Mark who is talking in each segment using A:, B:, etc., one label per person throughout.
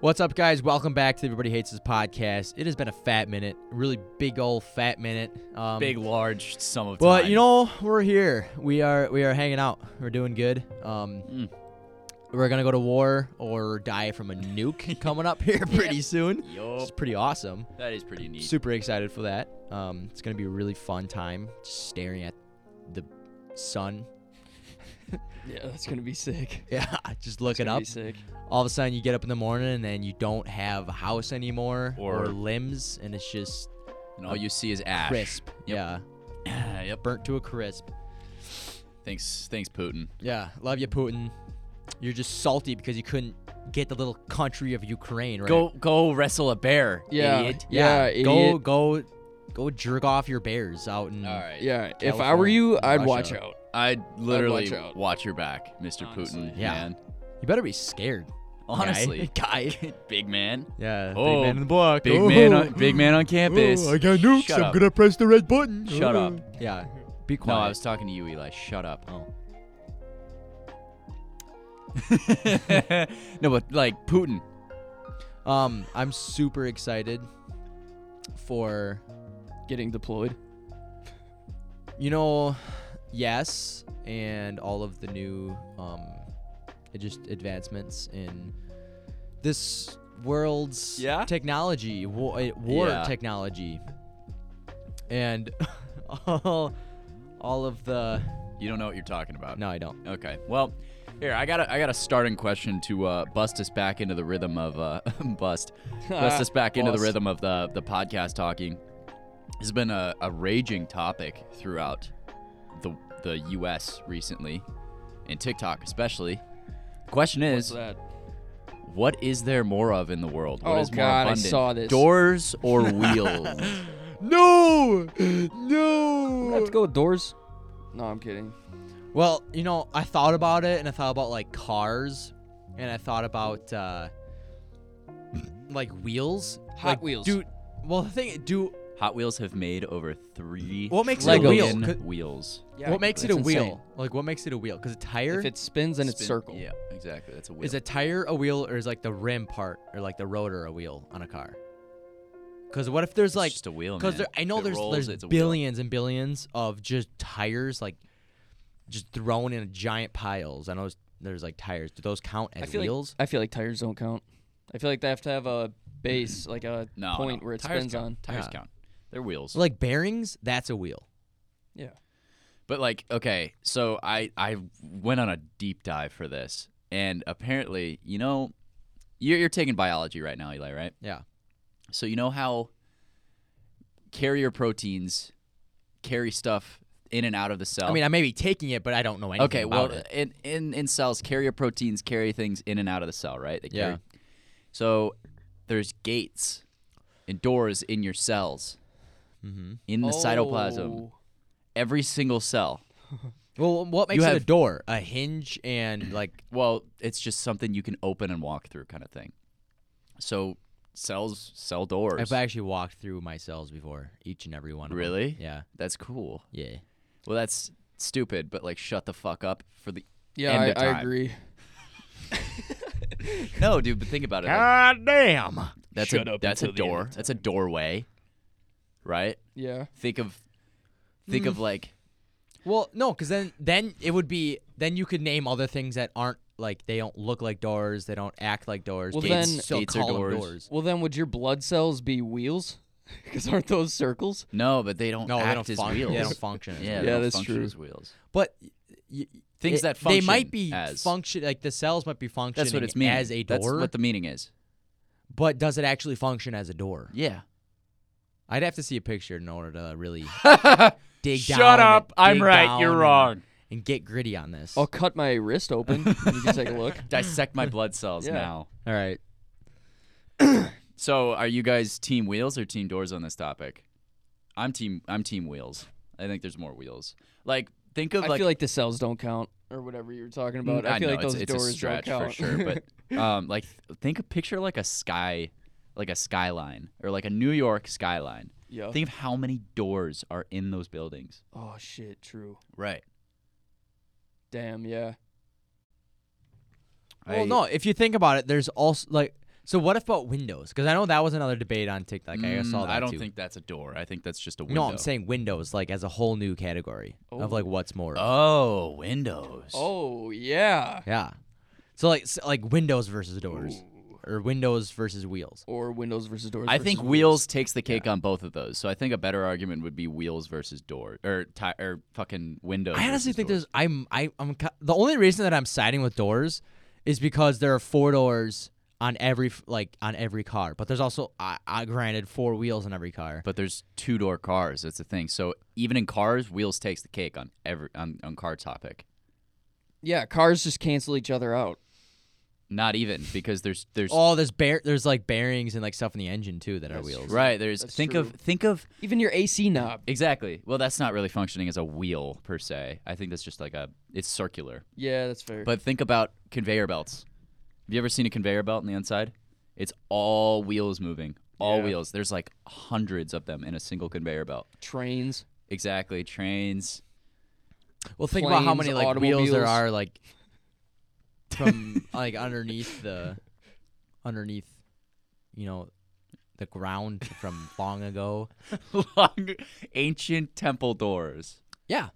A: What's up, guys? Welcome back to Everybody Hates This podcast. It has been a fat minute, really big old fat minute. Um,
B: big large sum of
A: But
B: time.
A: you know, we're here. We are we are hanging out. We're doing good. Um,
B: Mm.
A: We're gonna go to war or die from a nuke coming up here pretty soon. It's
B: Yup.
A: pretty awesome.
B: that is pretty Oh. neat.
A: Super excited for that. Um, it's gonna be a really fun time, just staring at the sun.
C: Yeah, that's gonna be sick.
A: Yeah, just looking
C: Gonna
A: up.
C: Be sick.
A: All of a sudden, you get up in the morning and you don't have a house anymore or,
B: Or-
A: limbs, and it's just
B: and all you see is ash.
A: crisp. Yeah,
B: Yeah. yep.
A: burnt to a crisp.
B: Thanks, thanks, Putin.
A: Yeah, love you, Putin. You're just salty because you couldn't get the little country of Ukraine right.
B: Go, go wrestle a bear.
C: Yeah.
B: Idiot.
A: yeah,
C: yeah,
A: go
C: idiot.
A: go go jerk off your bears out in.
B: All right.
C: Yeah, if I were
A: California,
C: you, I'd
A: Russia.
C: watch out.
B: I'd literally
C: watch out.
B: watch your back, Mr.
C: Honestly.
B: Putin.
A: Yeah.
B: Man.
A: You better be scared.
B: Honestly,
A: guy. guy.
B: big man.
A: Yeah,
B: Oh,
A: big man in the block.
B: Big
A: Oh.
B: man. On, big man on campus.
A: Oh, I got nukes.
B: Shut
A: I'm
B: up.
A: gonna press the red button.
B: Shut
A: Oh.
B: up.
A: Yeah, be
B: No,
A: quiet.
B: I was talking to you, Eli. Shut up.
A: Oh.
B: no, but like Putin.
A: Um, I'm super excited for
C: Getting deployed.
A: you know, yes, and all of the new um, it just advancements in this world's
B: Yeah?
A: technology, war, war
B: Yeah.
A: technology, and all all of the.
B: You don't know what you're talking about.
A: No, I don't.
B: Okay. Well, here I got a, I got a starting question to uh, bust us back into the rhythm of uh, bust bust us back into the
C: Bust.
B: rhythm of the the podcast talking. This has been a, a raging topic throughout the the U.S. recently, and TikTok especially. Question
C: What's
B: is,
C: that?
B: what is there more of in the world? What
C: Oh,
B: is more
C: God, I
B: abundant?
C: saw this.
B: Doors or wheels?
A: No,
C: We have
A: no.
C: to go with doors. No, I'm kidding.
A: Well, you know, I thought about it, and I thought about like cars, and I thought about uh, like wheels,
C: Hot
A: Like,
C: Wheels.
A: Do well, the thing, do
B: Hot Wheels have made over three
A: What makes
C: it a
B: trillion
A: wheel? Could-
B: wheels.
A: what makes it a
C: that's insane.
A: wheel? Like what makes it a wheel? Because a tire
C: If it spins and it's
B: Spin-
C: circle.
B: Yeah, exactly. That's a wheel.
A: is a tire a wheel, or is like the rim part or like the rotor a wheel on a car? Because what if there's
B: It's
A: like
B: just a wheel,
A: because
B: man.
A: I know
B: If it
A: there's
B: rolls,
A: there's
B: it's a wheel.
A: billions and billions of just tires like just thrown in giant piles. I know there's, there's like tires. Do those count
C: I
A: as
C: feel
A: wheels?
C: like I feel like tires don't count. I feel like they have to have a base, like a
B: no,
C: point
B: no.
C: where it
B: Tires
C: spins
B: count.
C: on.
B: Tires
A: Yeah.
B: count. They're wheels.
A: So, like bearings, that's a wheel.
C: Yeah.
B: But like, okay, so I I went on a deep dive for this, and apparently, you know, you're you're taking biology right now, Eli, right?
A: Yeah.
B: So you know how carrier proteins carry stuff in and out of the cell.
A: I mean, I may be taking it, but I don't know anything
B: Oh. okay,
A: about
B: well, uh,
A: it.
B: in, in in cells, carrier proteins carry things in and out of the cell, right? They
A: Yeah.
B: carry- So there's gates and doors in your cells,
A: Mm-hmm.
B: in the cytoplasm,
C: Oh.
B: every single cell.
A: Well, what makes
B: You
A: it a
B: have-
A: door? A hinge and like
B: Well, it's just something you can open and walk through kind of thing. So cells sell doors.
A: I've actually walked through my cells before, each and every one. of them.
B: really?
A: Yeah.
B: That's cool.
A: Yeah.
B: Well, that's stupid, but like shut the fuck up for the
C: Yeah,
B: end
C: I,
B: of time.
C: I agree.
B: No, dude, but think about it. Like,
A: God damn.
B: that's
C: Ah, Shut
B: a
C: up
B: that's a
C: until the end
B: door.
C: of
B: That's a doorway. Right?
C: Yeah.
B: Think of think of like
A: Well, no, because then then it would be then you could name other things that aren't like they don't look like doors, they don't act like doors.
C: Well,
A: but
C: then-
A: you still
B: Gates are
A: call them
B: doors.
C: Well, then would your blood cells be wheels? Because aren't those circles?
B: no, but they don't
A: No,
B: act
A: they don't,
B: as
A: func-
B: wheels.
A: they don't function. As
B: yeah,
A: wheels.
B: they
C: Yeah,
B: don't
C: that's
B: function
C: true.
B: as wheels.
A: but y-
B: Things
A: it-
B: that
A: they
B: function
A: might be
B: as.
A: function like the cells might be functioning
B: That's what it's meaning.
A: as a door,
B: That's what the meaning is.
A: but does it actually function as a door?
B: Yeah.
A: I'd have to see a picture in order to really
B: Shut
A: dig down.
B: up.
A: and
B: I'm
A: dig
B: right.
A: down
B: You're
A: and-
B: wrong.
A: And get gritty on this.
C: I'll cut my wrist open. you can take a look.
B: dissect my blood cells
C: Yeah.
B: now.
A: All right.
B: So, are you guys team wheels or team doors on this topic? I'm team. I'm team wheels. I think there's more wheels. Like think of
C: I
B: like. Mm,
C: feel like the cells don't count or whatever you were talking about. I, feel
B: know,
C: like those
B: it's, it's
C: doors
B: a stretch
C: don't
B: for
C: count.
B: sure, but um, like think of picture like a sky, like a skyline or like a New York skyline.
C: yeah.
B: Think of how many doors are in those buildings.
C: oh shit, true.
B: Right.
C: Damn, yeah.
A: Well, no, if you think about it, there's also like So what about windows? Because I know that was another debate on TikTok. I
B: Mm,
A: saw that
B: I don't
A: too.
B: think that's a door. I think that's just a window.
A: No, I'm saying windows like as a whole new category of like what's more.
B: Oh, windows.
C: Oh yeah.
A: Yeah. So like s like windows versus doors, or windows versus wheels.
C: Or windows versus doors.
B: I
C: versus
B: think wheels takes the cake on both of those. So I think a better argument would be wheels versus door or ti- or fucking windows.
A: I honestly
B: versus
A: think
B: doors.
A: there's I'm I, I'm ki- the only reason that I'm siding with doors is because there are four doors on every f- like on every car, but there's also I, I granted four wheels on every car.
B: but there's two door cars. That's the thing. So even in cars, wheels takes the cake on every on, on car topic.
C: Yeah, cars just cancel each other out.
B: Not even because there's there's
A: Oh, there's bear there's like bearings and like stuff in the engine too that are wheels.
B: right there's
C: That's
B: think of
C: true.
B: think of
C: Even your AC knob.
B: exactly. Well, that's not really functioning as a wheel per se. I think that's just like a it's circular.
C: Yeah, that's fair.
B: But think about conveyor belts. Have you ever seen a conveyor belt on the inside? It's all wheels moving. All
C: Yeah.
B: wheels. There's like hundreds of them in a single conveyor belt.
C: trains.
B: Exactly. Trains.
A: Well, think about how many
C: Planes,
A: like wheels there are
C: automobiles.
A: like from like underneath the underneath, you know, the ground from long ago.
B: Long ancient temple doors.
A: Yeah.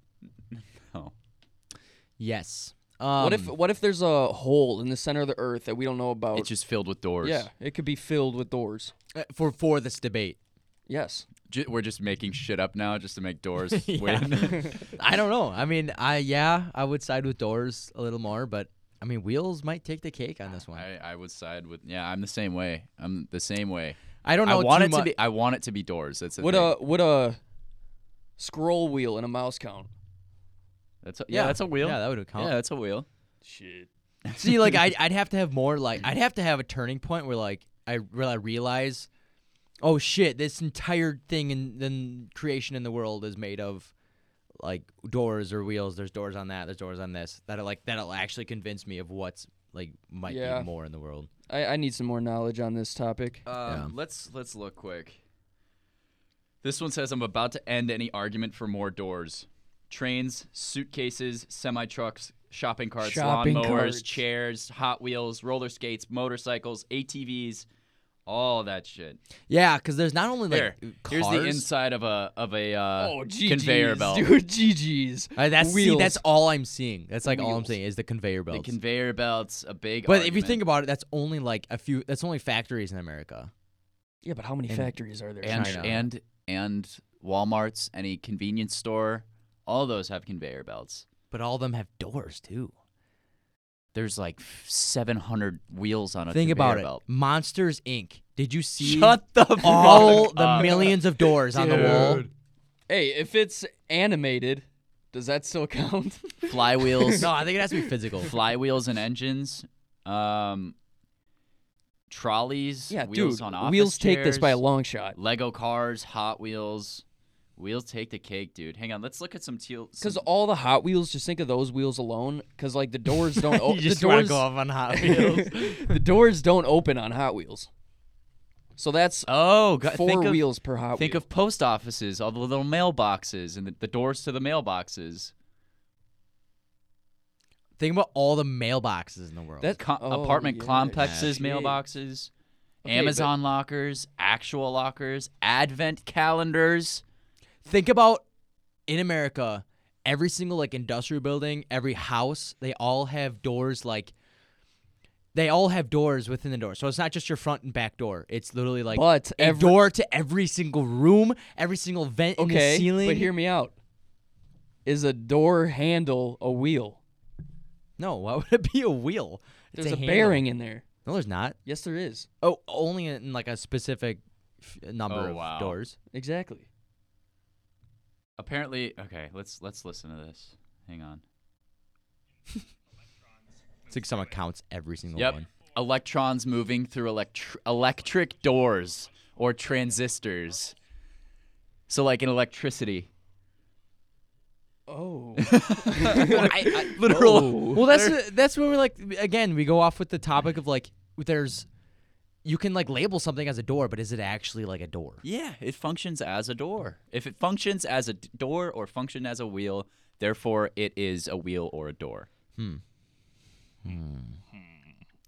B: Oh.
A: Yes. Um,
C: what if what if there's a hole in the center of the earth that we don't know about?
B: It's just filled with doors.
C: yeah, it could be filled with doors.
A: uh, for for this debate?
C: Yes.
B: Ju- we're just making shit up now just to make doors
A: Yeah.
B: win.
A: I don't know. I mean, I yeah, I would side with doors a little more, but I mean, wheels might take the cake on this one. I,
B: I, I would side with yeah, I'm the same way. I'm the same way.
A: don't
B: I
A: know.
B: want
A: too
B: it to
A: mu- uh,
B: be I want it to be doors. That's the
C: Would
B: thing.
C: a would a scroll wheel and a mouse count?
B: that's a, yeah, that's a wheel.
A: Yeah, that would count.
B: yeah, that's a wheel.
C: Shit.
A: See, like I'd, I'd have to have more. Like I'd have to have a turning point where like I where I realize, oh shit, this entire thing in, in creation in the world is made of like doors or wheels. There's doors on that. There's doors on this. That'll like that'll actually convince me of what's like might
C: Yeah.
A: be more in the world.
C: I, I need some more knowledge on this topic.
B: Um, Let's let's look quick. This one says I'm about to end any argument for more doors. Trains, suitcases, semi trucks, shopping carts,
C: Shopping
B: lawnmowers,
C: carts.
B: chairs, Hot Wheels, roller skates, motorcycles, ATVs, all that shit.
A: Yeah, because there's not only like uh,
B: Here,
A: cars.
B: here's the inside of a of a uh,
C: oh, GGs,
B: conveyor belt.
C: dude. GGs.
A: Uh, that's see,
C: Wheels.
A: that's all I'm seeing. That's like all I'm
C: Wheels.
A: seeing is the conveyor
B: The
A: belts.
B: conveyor belts, a big.
A: but if you
B: argument.
A: think about it, that's only like a few. That's only factories in America.
C: yeah, but how many
A: and-
C: factories are there?
B: and
A: China.
B: and and WalMarts, any convenience store, all those have conveyor belts.
A: But all of them have doors too.
B: There's like 700 wheels on a
A: Think
B: conveyor
A: about it.
B: belt.
A: Monsters Inc. Did you see
B: Shut the fuck
A: all the
B: up.
A: millions of doors on the wall?
C: Hey, if it's animated, does that still count?
B: flywheels,
A: No, I think it has to be physical.
B: flywheels and engines, um, trolleys,
C: yeah,
B: wheels
C: dude.
B: on office
C: wheels take this by a
B: chairs,
C: long shot.
B: Lego cars, Hot Wheels. Wheels take the cake, dude. Hang on, let's look at some teal.
C: Because
B: some-
C: all the Hot Wheels, just think of those wheels alone. Because like the doors don't. o-
A: you just
C: the
A: want
C: doors,
A: to go off on Hot Wheels.
C: the doors don't open on Hot Wheels. So that's
B: oh, God,
C: four
B: think of-
C: wheels per Hot
B: Think
C: Wheel.
B: of post offices, all the little mailboxes, and the, the doors to the mailboxes.
A: Think about all the mailboxes in the world.
C: That-
B: Uh, Co-
C: Oh,
B: apartment
C: yeah,
B: complexes,
C: shit.
B: mailboxes,
C: Okay,
B: Amazon lockers, actual lockers, advent calendars.
A: Think about in America, every single like industrial building, every house, they all have doors like they all have doors within the door. So it's not just your front and back door. It's literally like
C: But
A: a
C: every-
A: door to every single room, every single vent in
C: okay,
A: the ceiling.
C: but hear me out. Is a door handle a wheel?
A: no, why would it be a wheel? It's
C: There's a,
A: handle.
C: bearing in there.
A: No, there's not.
C: Yes, there is.
A: Oh, only in like a specific f- number
B: Oh,
A: of
B: wow.
A: doors.
C: Exactly.
B: Apparently, okay, let's let's listen to this. Hang on.
A: It's like someone counts every single
B: Yep.
A: one.
B: Electrons moving through electr- electric doors or transistors. So like in electricity.
C: Oh.
B: I, literal.
A: Well, that's that's where we're like again we go off with the topic of like there's you can like label something as a door, but is it actually like a door?
B: Yeah, it functions as a door. If it functions as a d- door or function as a wheel, therefore it is a wheel or a door. Hmm.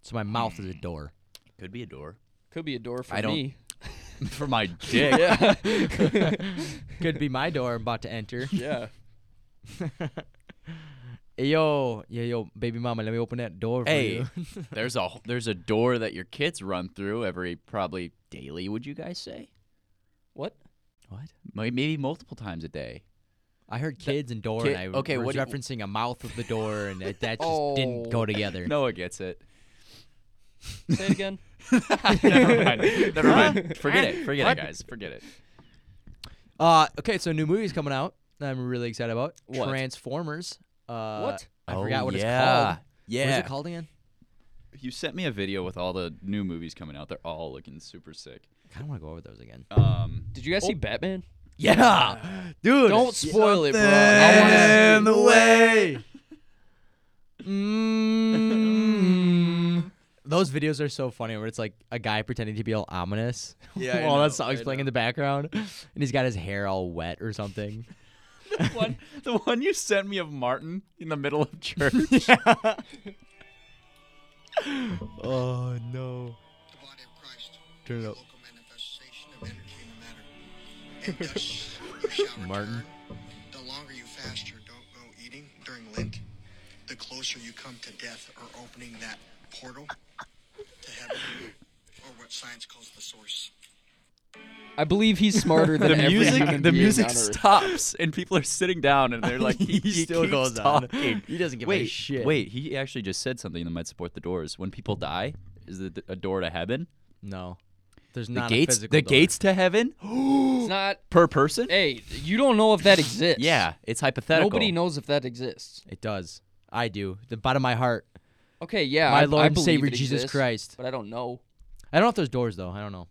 A: So my mouth is a door.
B: Could be a door.
C: Could be a door for
B: I don't-
C: me.
B: For my dick.
C: Yeah.
A: Could be my door I'm about to enter.
C: yeah.
A: Hey, yo, yeah, yo, baby mama, let me open that door for
B: Hey,
A: you.
B: there's a there's a door that your kids run through every probably daily. Would you guys say?
C: What?
A: What?
B: May- Maybe multiple times a day.
A: I heard kids and door,
B: Ki-
A: and I
B: okay,
A: okay, was
B: what do you-
A: referencing a mouth of the door, and that, that just didn't
C: Oh.
A: go together.
B: Noah gets it.
C: Say it again.
B: Never mind. Never mind. Forget it. Forget it, guys. Forget it.
A: Uh, okay, so new movie's coming out. that I'm really excited about
C: What?
A: Transformers. Uh,
C: What?
A: I forgot what it's called.
B: Yeah.
A: What is it called again?
B: You sent me a video with all the new movies coming out. They're all looking super sick.
A: I kind of want to go over those again.
B: Um,
C: Did you guys see Batman?
A: Yeah, dude.
C: Don't spoil it, bro. I wanna see
A: In
C: it.
A: the way. mm Those videos are so funny where it's like a guy pretending to be all ominous
B: Yeah, I
A: while
B: know,
A: that song's
B: I
A: playing in
B: know.
A: the background and he's got his hair all wet or something.
B: the one, the one you sent me of Martin in the middle of church.
A: oh no.
D: the body of Christ,
A: Turn it up.
D: local manifestation of energy in the matter. And thus you shall return.
A: Martin.
D: The longer you fast or don't go eating during Lent, the closer you come to death or opening that portal to heaven, or what science calls the source.
C: I believe he's smarter than
B: the
C: every
B: music,
C: human
B: the
C: being
B: music
C: on Earth.
B: stops, and people are sitting down, and they're like, he, he keeps talking.
A: He doesn't give
B: wait,
A: a shit.
B: wait. He actually just said something that might support the doors. When people die, is it a door to heaven?
A: No. There's
B: The
A: not a
B: gates, the
A: physical door.
B: gates to heaven
C: It's not.
B: per person.
C: Hey, you don't know if that exists.
B: Yeah, it's hypothetical.
C: Nobody knows if that exists.
A: It does. I do. The bottom of my heart.
C: Okay, yeah.
A: My
C: I,
A: Lord
C: I
A: and
C: believe
A: Savior
C: it
A: Jesus
C: exists,
A: Christ.
C: But I don't know.
A: I don't know if there's doors though. I don't know.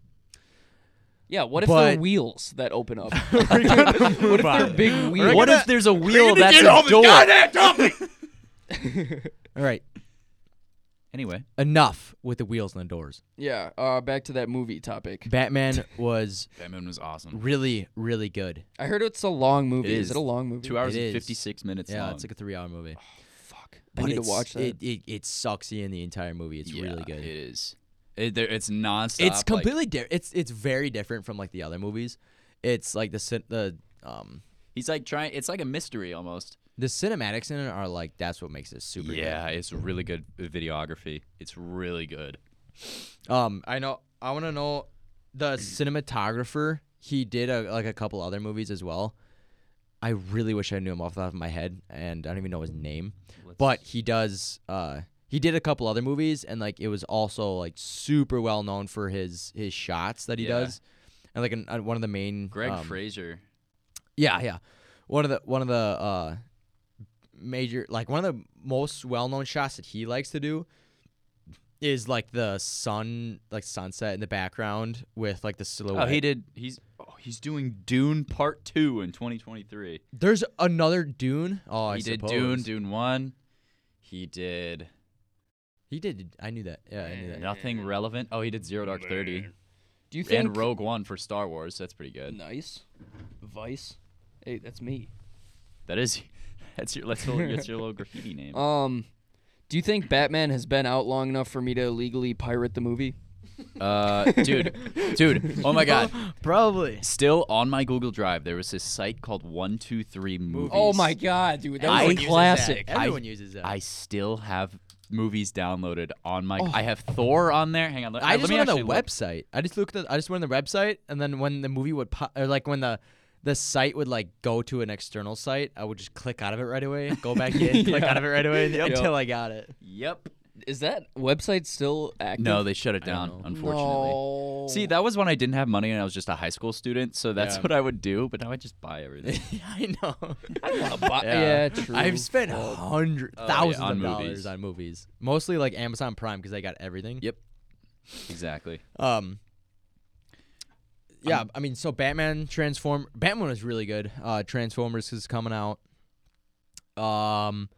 C: Yeah, what if
A: But-
C: they're wheels that open up? what if they're big wheels?
B: What if there's a wheel that's a door?
A: All right.
B: Anyway,
A: Enough with the wheels and the doors.
C: Yeah, uh, back to that movie topic.
A: Batman was
B: Batman was awesome.
A: really, really good.
C: I heard it's a long movie.
B: It
C: is.
B: is.
C: it a long movie?
B: Two hours
A: It
B: and
A: is.
B: fifty six minutes
A: Yeah,
B: long.
A: it's like a three hour movie.
C: Fuck. I
A: But
C: need to
A: it's-
C: watch that.
A: It, it, it sucks you in the entire movie. It's really good.
B: It is. It, there, it's nonstop.
A: it's
B: like-
A: completely different. It's it's very different from like the other movies. It's like the cin- the um
B: he's like trying. It's like a mystery almost.
A: the cinematics in it are like that's what makes it super.
B: Yeah, it's really good videography. It's really good.
A: Good. Um, I know. I want to know the cinematographer. He did a, like a couple other movies as well. I really wish I knew him off the top of my head, and I don't even know his name. but he does. Uh, he did a couple other movies, and like it was also like super well known for his his shots that he
B: Yeah.
A: does, and like an, uh, one of the main
B: Greg
A: um,
B: Fraser.
A: Yeah, yeah. One of the one of the uh major like one of the most well-known shots that he likes to do is like the sun like sunset in the background with like the silhouette.
B: Oh, he did. He's oh, he's doing Dune Part Two in 2023.
A: There's another Dune. Oh, I
B: he did Dune,
A: suppose.
B: Dune One. He did
A: He did. I knew that. Yeah, I knew that.
B: nothing relevant. Oh, he did Zero Dark Thirty
C: Do you think
B: and Rogue One for Star Wars. That's pretty good.
C: nice? Vice. Hey, that's me.
B: That is, that's your that's, your that's your little graffiti name.
C: Um, do you think Batman has been out long enough for me to legally pirate the movie?
B: Uh, dude, dude. Oh my God.
A: Probably.
B: Still on my Google Drive, there was this site called One Two Three Movies.
C: Oh my god, dude, that
B: I-
C: was a classic.
B: I-
A: Everyone uses that.
B: I still have movies downloaded on my. I have Thor on there. Hang on. Let,
A: Oh. I
B: let
A: just
B: me
A: went on
B: actually
A: the
B: look.
A: website. I just looked. At, I just went on the website, and then when the movie would pop, or like when the the site would like go to an external site, I would just click out of it right away, go back in, click out of it right away until I got it.
B: Yep.
C: Is that website still active?
B: No, they shut it down.
A: know.
B: Unfortunately.
C: No.
B: See, that was when I didn't have money and I was just a high school student, so that's
A: Yeah.
B: what I would do. But now I just buy everything.
A: I know.
C: Bo-
B: yeah.
C: yeah. true.
A: I've spent hundred
B: yeah,
A: thousands
B: on
A: of
B: movies.
A: dollars on movies, mostly like Amazon Prime because they got everything.
B: Yep. exactly.
A: Um. Yeah, i mean, so Batman transform. Batman was really good. Uh, Transformers is coming out. Um,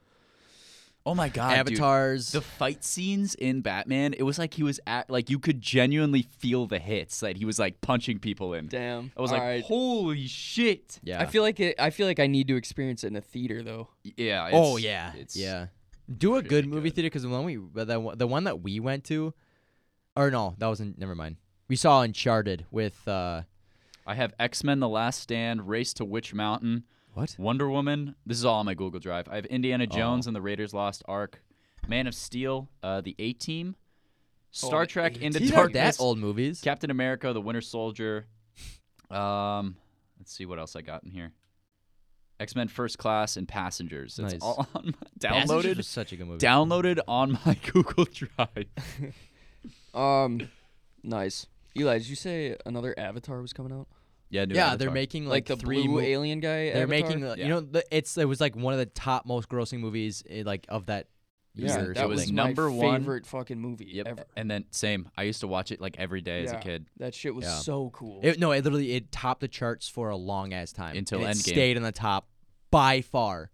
B: Oh my
A: Ah,
B: god, dude.
A: Avatars.
B: The fight scenes in Batman, it was like he was at like you could genuinely feel the hits that he was like punching people in.
C: Damn.
B: I was like,
C: Alright.
B: holy shit.
A: yeah.
C: I feel like it, I feel like I need to experience it in a theater though.
B: Yeah. It's,
A: Oh yeah,
B: it's,
A: yeah. Do a
B: pretty
A: good movie
B: good.
A: theater because the one we the, one- the one that we went to, Or no, that wasn't. Never mind. We saw Uncharted with uh,
B: I have X Men: The Last Stand, Race to Witch Mountain,
A: what? Oh.
B: Wonder Woman. This is all on my Google Drive. I have Indiana Jones and the Raiders Lost Ark, Man of Steel, uh, the A Team, Star
C: the
B: Trek Into
A: These aren't that
B: Darkness,
A: old movies.
B: Captain America: The Winter Soldier. Um, let's see what else I got in here. X Men: First Class and Passengers. It's
A: Nice.
B: all on my,
A: Passengers
B: downloaded.
A: was such a good movie.
B: Downloaded on my Google Drive.
C: Um, nice. Eli, did you say another Avatar was coming out?
B: Yeah, new
A: yeah,
B: Avatar.
A: they're making
C: Like,
A: like,
C: the
A: three.
C: blue
A: mo-
C: alien guy.
A: they're
C: Avatar?
A: making uh,
B: Yeah.
A: you know the, it's it was like one of the top most grossing movies eh, like of that
C: Yeah,
A: year. or
C: that
B: It was
A: something.
C: was my
B: number one-
C: favorite fucking movie
B: Yep.
C: ever.
B: And then same. I used to watch it like every day as a
C: Yeah.
B: kid.
C: That shit was
A: Yeah.
C: so cool.
A: It, no, it literally it topped the charts for a long ass time
B: Until
A: and it
B: Endgame.
A: Stayed on the top by far.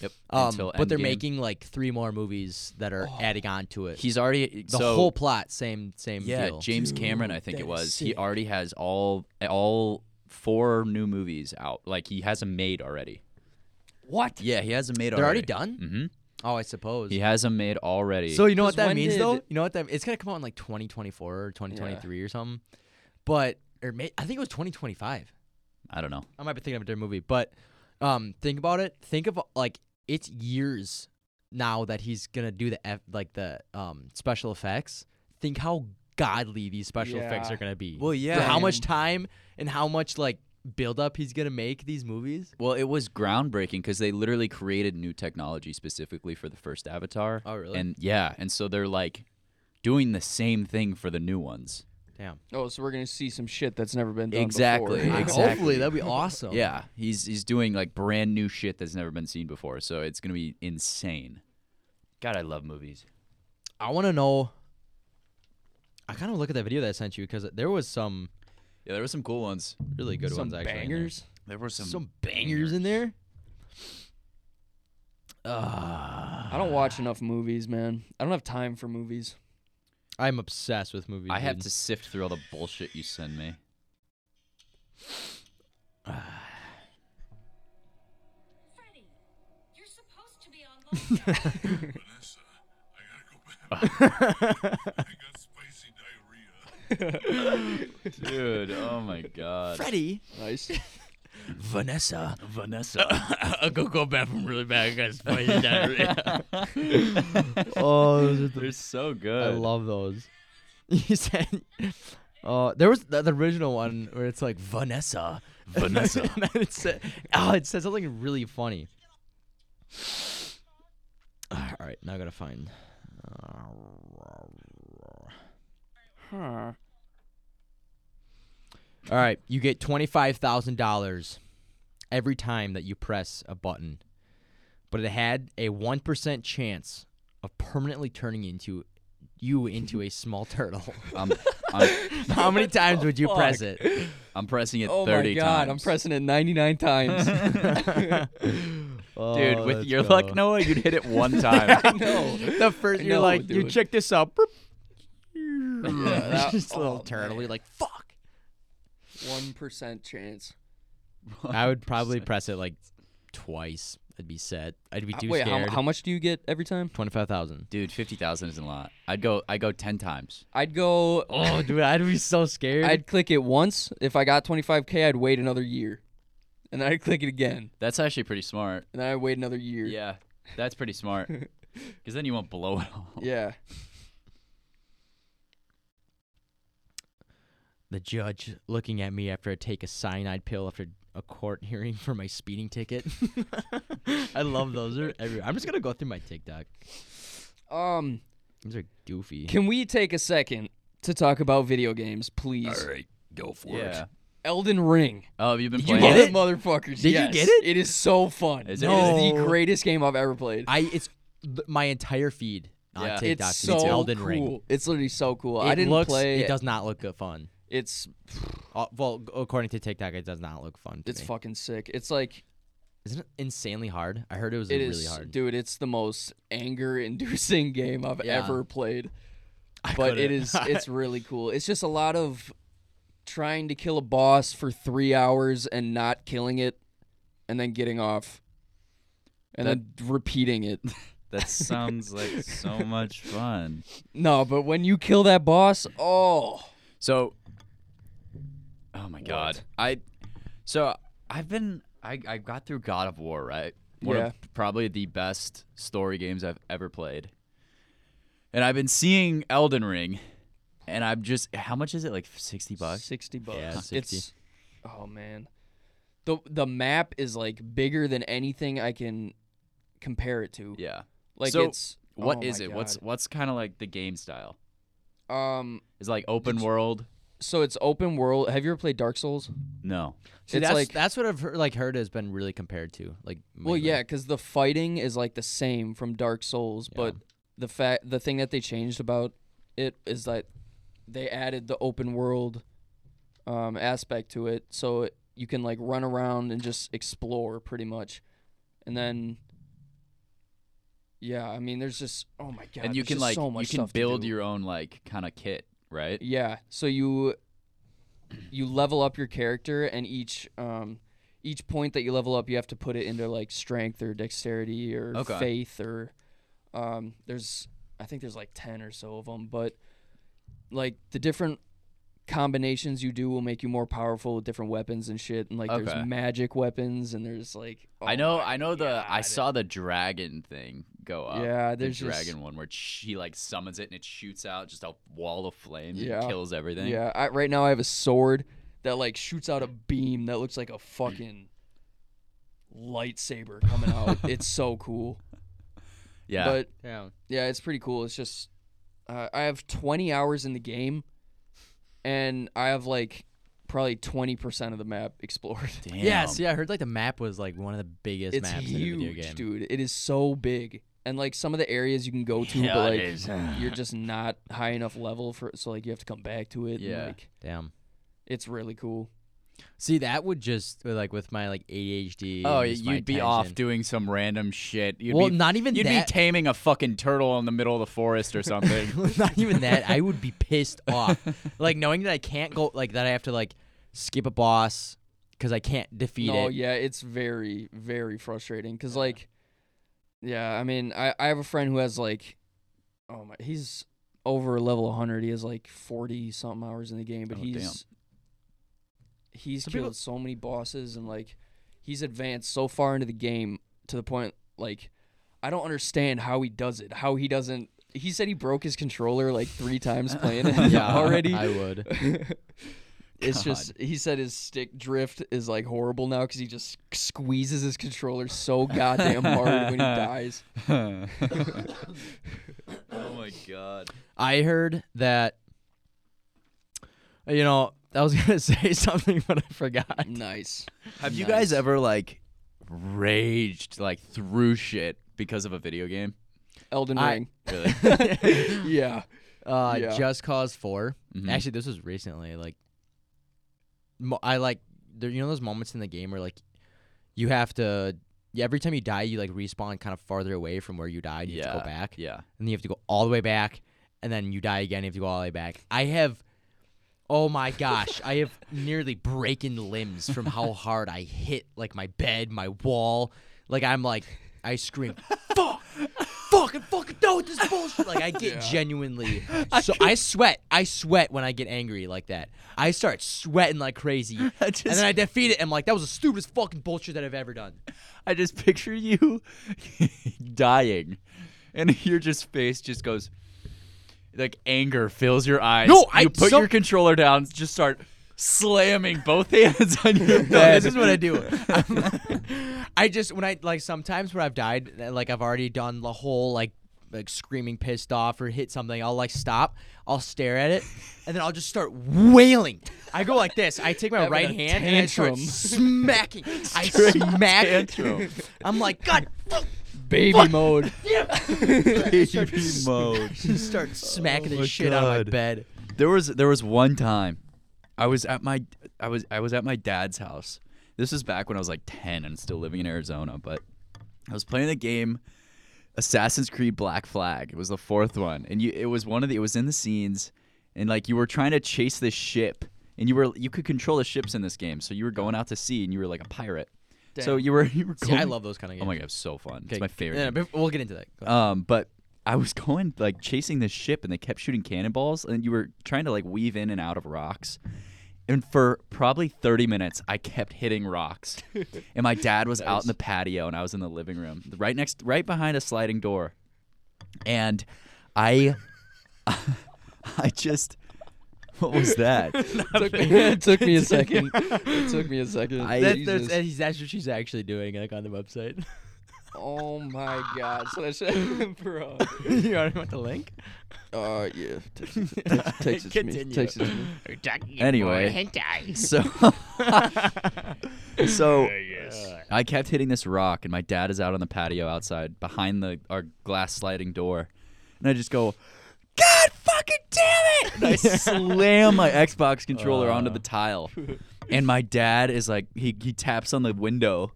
B: Yep.
A: Um,
B: Until
A: but they're
B: Endgame.
A: making like three more movies that are adding on to it.
B: He's already
A: the
B: so,
A: whole plot, same same
B: Yeah,
A: deal.
B: James Cameron, I think
C: that
B: it
C: is
B: was. He
C: sick.
B: already has all all four new movies out. Like he has them made already.
C: what?
B: Yeah, he has them made
A: they're already
B: already.
A: done.
B: Mm-hmm.
A: Oh, I suppose.
B: He has them made already.
A: So you know what
C: 'Cause
A: that
C: when
A: means,
C: did-
A: though. You know what that it's gonna come out in like 2024 or 2023 or something. But or may, I think it was 2025.
B: I don't know.
A: I might be thinking of a different movie, but um, think about it. Think of like it's years now that he's gonna do the F, like the um special effects. Think how godly these special effects
C: Yeah.
A: are gonna be.
B: Well,
A: For
B: yeah.
A: how much
C: Damn.
A: time and how much like build up he's gonna make these movies?
B: Well, it was groundbreaking because they literally created new technology specifically for the first Avatar.
A: Oh, really?
B: And yeah, and so they're like doing the same thing for the new ones.
A: Damn.
C: Oh, so we're gonna see some shit that's never been done
B: Exactly,
C: before.
B: exactly.
A: Hopefully that'd be awesome.
B: Yeah, he's he's doing like brand new shit that's never been seen before. So it's gonna be insane. God, I love movies.
A: I want to know. I kind of look at that video that I sent you because there was some
B: Yeah, there were some cool ones.
A: really good
C: some
A: ones actually. in there.
C: bangers.
B: There were
A: Some, bangers in there.
C: I don't watch enough movies, man. I don't have time for movies.
A: I'm obsessed with movies.
B: I have
A: dude.
B: to sift through all the bullshit you send me.
E: Freddy, you're supposed to be on lockdown.
F: Vanessa, I gotta go back. I got spicy diarrhea.
B: Dude, oh my god.
A: Freddy,
C: Nice.
A: Vanessa.
B: Vanessa.
A: I could go back from really bad. I got spicy diarrhea. oh, those are the-
B: They're so good.
A: I love those. You said, uh, there was the, the original one where it's like Vanessa, Vanessa. and then it said, oh, it said something really funny. All right, now I gotta find.
C: Huh.
A: All right, you get twenty-five thousand dollars every time that you press a button, but it had a one percent chance of permanently turning into you into a small turtle.
B: I'm, I'm,
A: How many times would you press it?
B: I'm pressing it
C: Oh
B: 30
C: my god,
B: times.
C: I'm pressing it 99 times.
B: Dude, with your luck, Noah, you'd hit it one time.
C: no.
A: the first
C: I
A: you're
C: know,
A: like you
C: dude.
A: check this out. Boop.
C: that-
A: just a little
C: oh,
A: turtle. You're like fuck.
C: One percent chance.
A: I would probably press it like twice. I'd be set. I'd be too
C: Uh, Wait,
A: scared.
C: how, how much do you get every time?
A: Twenty-five thousand.
B: Dude, 50,000 isn't a lot. I'd go I go 10 times.
C: I'd go.
A: Oh, dude, I'd be so scared.
C: I'd click it once. If I got 25k, I'd wait another year, and then I'd click it again,
B: That's actually pretty smart.
C: and then I'd wait another year.
B: Yeah. That's pretty smart. Cuz then you won't blow it all.
C: Yeah.
A: the judge looking at me after I take a cyanide pill after a court hearing for my speeding ticket. I love those. They're everywhere. I'm just gonna go through my TikTok.
C: Um.
A: These are goofy.
C: Can we take a second to talk about video games, please?
F: right, go for
B: Yeah.
C: Elden Ring.
B: Oh, you've been
A: you
B: playing
A: get
B: it?
A: it?
C: Motherfuckers.
A: Did you
C: yes.
A: get it?
C: It is so fun.
B: Is
C: It's
B: it-
C: the
A: No.
C: greatest game I've ever played.
A: I it's th- my entire feed on
B: Yeah. It's
A: TikTok.
C: it's
A: is
C: so
A: Elden
C: cool.
A: Ring.
C: It's literally so cool.
A: It
C: I didn't
A: looks,
C: play.
A: It does not look good fun.
C: It's
A: Uh, well, g- according to TikTok, it does not look fun. To
C: it's
A: me.
C: fucking sick. It's like
A: Isn't it insanely hard? I heard it was
C: it
A: really
C: is,
A: hard.
C: dude. It's the most anger-inducing game I've
A: Yeah.
C: ever played. But it is. It's really cool. It's just a lot of trying to kill a boss for three hours and not killing it, and then getting off, and then repeating it.
B: That sounds like so much fun.
C: No, but when you kill that boss, oh,
B: So, oh my god, I, so I've been I I got through God of War right, one
C: Yeah.
B: of probably the best story games I've ever played, and I've been seeing Elden Ring, and I'm just how much is it like sixty bucks?
C: sixty bucks.
A: Yeah, 60.
C: It's oh man, the the map is like bigger than anything I can compare it to.
B: Yeah.
C: Like
B: So,
C: it's
B: What
C: oh
B: is
C: my
B: it? What's
C: God.
B: what's kind of like the game style?
C: um?
B: Is like open world?
C: So it's open world. Have you ever played Dark Souls?
B: No.
A: See,
C: it's
A: that's
C: like
A: that's what I've heard, like heard has been really compared to like.
C: well,
A: mainly.
C: yeah, because the fighting is like the same from Dark Souls, but the fact the thing that they changed about it is that they added the open world um, aspect to it, so it, you can like run around and just explore pretty much, and then. Yeah, I mean, there's just oh my god,
B: and you
C: there's
B: can
C: just
B: like
C: so
B: you
C: much
B: can
C: stuff to
B: build
C: do.
B: your own like kind of kit, right?
C: Yeah. So you you level up your character, and each um each point that you level up, you have to put it into like strength or dexterity or
B: Okay.
C: faith or um. There's I think there's like ten or so of them, but like the different combinations you do will make you more powerful with different weapons and shit and like
B: Okay.
C: there's magic weapons and there's like
B: I
C: oh
B: know,
C: my
B: I know the. I
C: God.
B: saw the dragon thing go up.
C: Yeah,
B: the
C: there's
B: dragon
C: just-
B: one where she like summons it and it shoots out just a wall of flames
C: Yeah.
B: and kills everything.
C: Yeah, I, right now I have a sword that like shoots out a beam that looks like a fucking lightsaber coming out. it's so cool.
B: yeah.
C: But
A: Yeah.
C: yeah, it's pretty cool. It's just uh, I have 20 hours in the game, and I have like probably 20% of the map explored.
B: Damn.
A: Yeah, see, I heard like the map was like one of the biggest
C: It's
A: maps in a video game.
C: huge, dude. It is so big. And like some of the areas you can go to,
B: Yeah,
C: but
B: it
C: like
B: is.
C: you're just not high enough level for, so like you have to come back to it. and,
B: Yeah.
C: like,
A: Damn.
C: it's really cool.
A: See, that would just uh, like with my like ADHD.
B: Oh,
A: and just my
B: you'd be off
A: attention-
B: doing some random shit. You'd
A: Well,
B: be,
A: not even
B: you'd
A: that-
B: be taming a fucking turtle in the middle of the forest or something.
A: Not even that. I would be pissed off. Like knowing that I can't go. Like that I have to like skip a boss because I can't defeat
C: no,
A: it.
C: yeah, it's very, very frustrating because, like, yeah, I mean, I, I have a friend who has, like, oh my, he's over level 100. He has, like, 40 something hours in the game, but
B: Oh, damn.
C: he's, he's
A: Some
C: killed
A: people-
C: so many bosses and, like, he's advanced so far into the game to the point, like, I don't understand how he does it, how he doesn't. He said he broke his controller like three times playing it
B: Yeah,
C: already.
A: I would.
C: It's just he said his stick drift is like horrible now because he just squeezes his controller so goddamn hard when he dies.
B: oh my god.
A: I heard that. You know, I was gonna say something, but I forgot.
C: Nice.
B: Have you
C: Nice.
B: guys ever like raged like through shit because of a video game?
C: Elden
A: I-
C: Ring.
B: Really?
C: yeah.
A: Uh,
C: Yeah.
A: Just Cause 4
B: Mhm.
A: Actually, this was recently. Like, mo- I like there. You know those moments in the game where like you have to. Yeah, every time you die, you like respawn kind of farther away from where you died. You have to go back,
B: Yeah.
A: and then you have to go all the way back, and then you die again. You have to go all the way back. I have. Oh my gosh, I have nearly breaking limbs from how hard I hit like my bed, my wall. Like I'm like I scream, fuck, fucking fucking no, this is bullshit. Like I get genuinely, so I sweat, I sweat when I get angry like that. I start sweating like crazy, and then I defeat it. I'm like, that was the stupidest fucking bullshit that I've ever done.
B: I just picture you dying, and your just face just goes like anger fills your eyes.
A: No, I-
B: you put
A: some-
B: your controller down, just start slamming both hands on your bed.
A: this is what I do. I just when I like sometimes when I've died, uh, like I've already done the whole like like screaming pissed off or hit something, I'll like stop, I'll stare at it, and then I'll just start wailing. I go like this. I take my
C: Having
A: right
C: a
A: hand and I start
C: tantrum.
A: smacking. I smack
B: tantrum.
A: I'm like, God, fuck,
C: Baby mode.
B: Baby mode.
A: start smacking
B: my
A: the shit out of my
B: God.
A: bed.
B: There was there was one time, I was at my I was I was at my dad's house. This was back when I was like ten and still living in Arizona, but I was playing the game Assassin's Creed Black Flag. It was the fourth one, and you it was one of the it was in the scenes, and like you were trying to chase this ship, and you were you could control the ships in this game, so you were going out to sea and you were like a pirate. So you were you were
A: See,
B: going.
A: I love those kind of games.
B: Oh my god, it was so fun.
A: Okay,
B: It's my favorite.
A: yeah,
B: game.
A: but we'll get into that. Go ahead.
B: Um, but I was going like chasing this ship, and they kept shooting cannonballs, and you were trying to like weave in and out of rocks. And for probably 30 minutes, I kept hitting rocks. and my dad was out in the patio, and I was in the living room, right next, right behind a sliding door. And I, I just, what was that?
C: took me, it took me a second. It took me a second.
B: I-
A: That's- that's,
C: Jesus.
A: that's- that's what she's actually doing, like on the website.
C: oh my god. So that's bro.
A: you already want the link?
C: Uh yeah. Text it, text, text it to me.
A: Continue.
C: Text it to me.
B: anyway, so so Uh, I kept hitting this rock, and my dad is out on the patio outside behind the our glass sliding door, and I just go, "God fucking damn it!" And I slam my Xbox controller onto the tile, and my dad is like, he he taps on the window,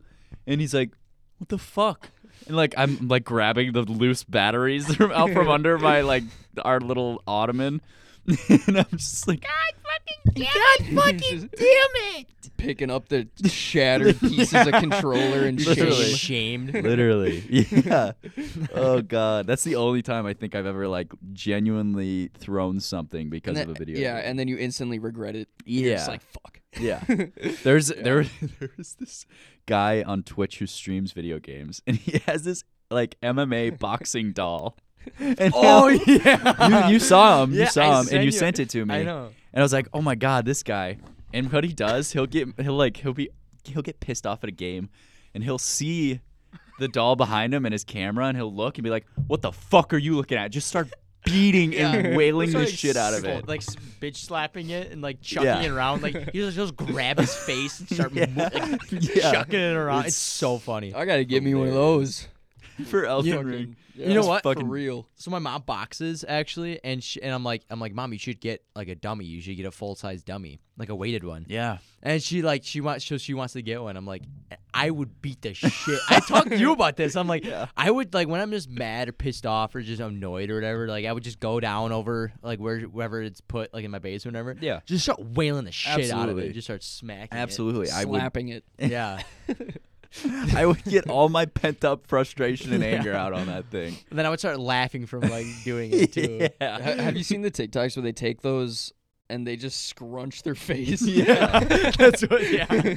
B: and he's like, "What the fuck?" And like I'm like grabbing the loose batteries from out from under my like our little ottoman, and I'm just like,
C: Fucking damn it. Picking up the shattered pieces of controller and
A: She's
B: Literally.
C: shit.
A: shamed.
B: Literally. Yeah. oh god, that's the only time I think I've ever like genuinely thrown something because of a video.
C: Yeah,
B: game.
C: and then you instantly regret it.
B: yeah,
A: It's like fuck.
B: yeah. There's there there's this guy on Twitch who streams video games, and he has this like MMA boxing doll. And
A: Oh,
B: yeah, you, you saw him,
A: Yeah,
B: you saw
A: I
B: him,
A: sent
B: and you
A: you-
B: sent it to me.
A: I know.
B: And I was like, oh my god, this guy. And what he does, he'll get he'll like he'll be he'll get pissed off at a game, and he'll see the doll behind him and his camera, and he'll look and be like, what the fuck are you looking at? Just start beating and wailing the shit out of it.
A: Like s- bitch slapping it and like chucking
B: Yeah.
A: it around. Like he just, just grab his face and start
B: Yeah.
A: mo- like,
B: Yeah.
A: chucking it around. It's,
B: It's
A: so funny.
C: I gotta
B: Oh,
C: give me one of those.
B: for Elden
A: You-
B: Ring.
A: you know
B: It's
A: what? For
B: Fucking
C: For real.
A: So my mom boxes actually, and she, and I'm like, I'm like, mom, you should get like a dummy. You should get a full size dummy, like a weighted one.
B: Yeah.
A: And she like she wants so she wants to get one. I'm like, I would beat the shit. I talked to you about this. I'm like, I would like when I'm just mad or pissed off or just annoyed or whatever. Like I would just go down over like where wherever it's put like in my basement or whatever.
B: Yeah.
A: just start wailing the shit out of
B: Absolutely.
A: it. Just start smacking. it.
B: Absolutely. I would
C: slapping it.
A: Yeah,
B: I would get all my pent up frustration and anger out on that thing.
A: and then I would start laughing from like doing it too.
C: Ha- have you seen the TikToks where they take those and they just scrunch their face?
B: Yeah. That's what yeah.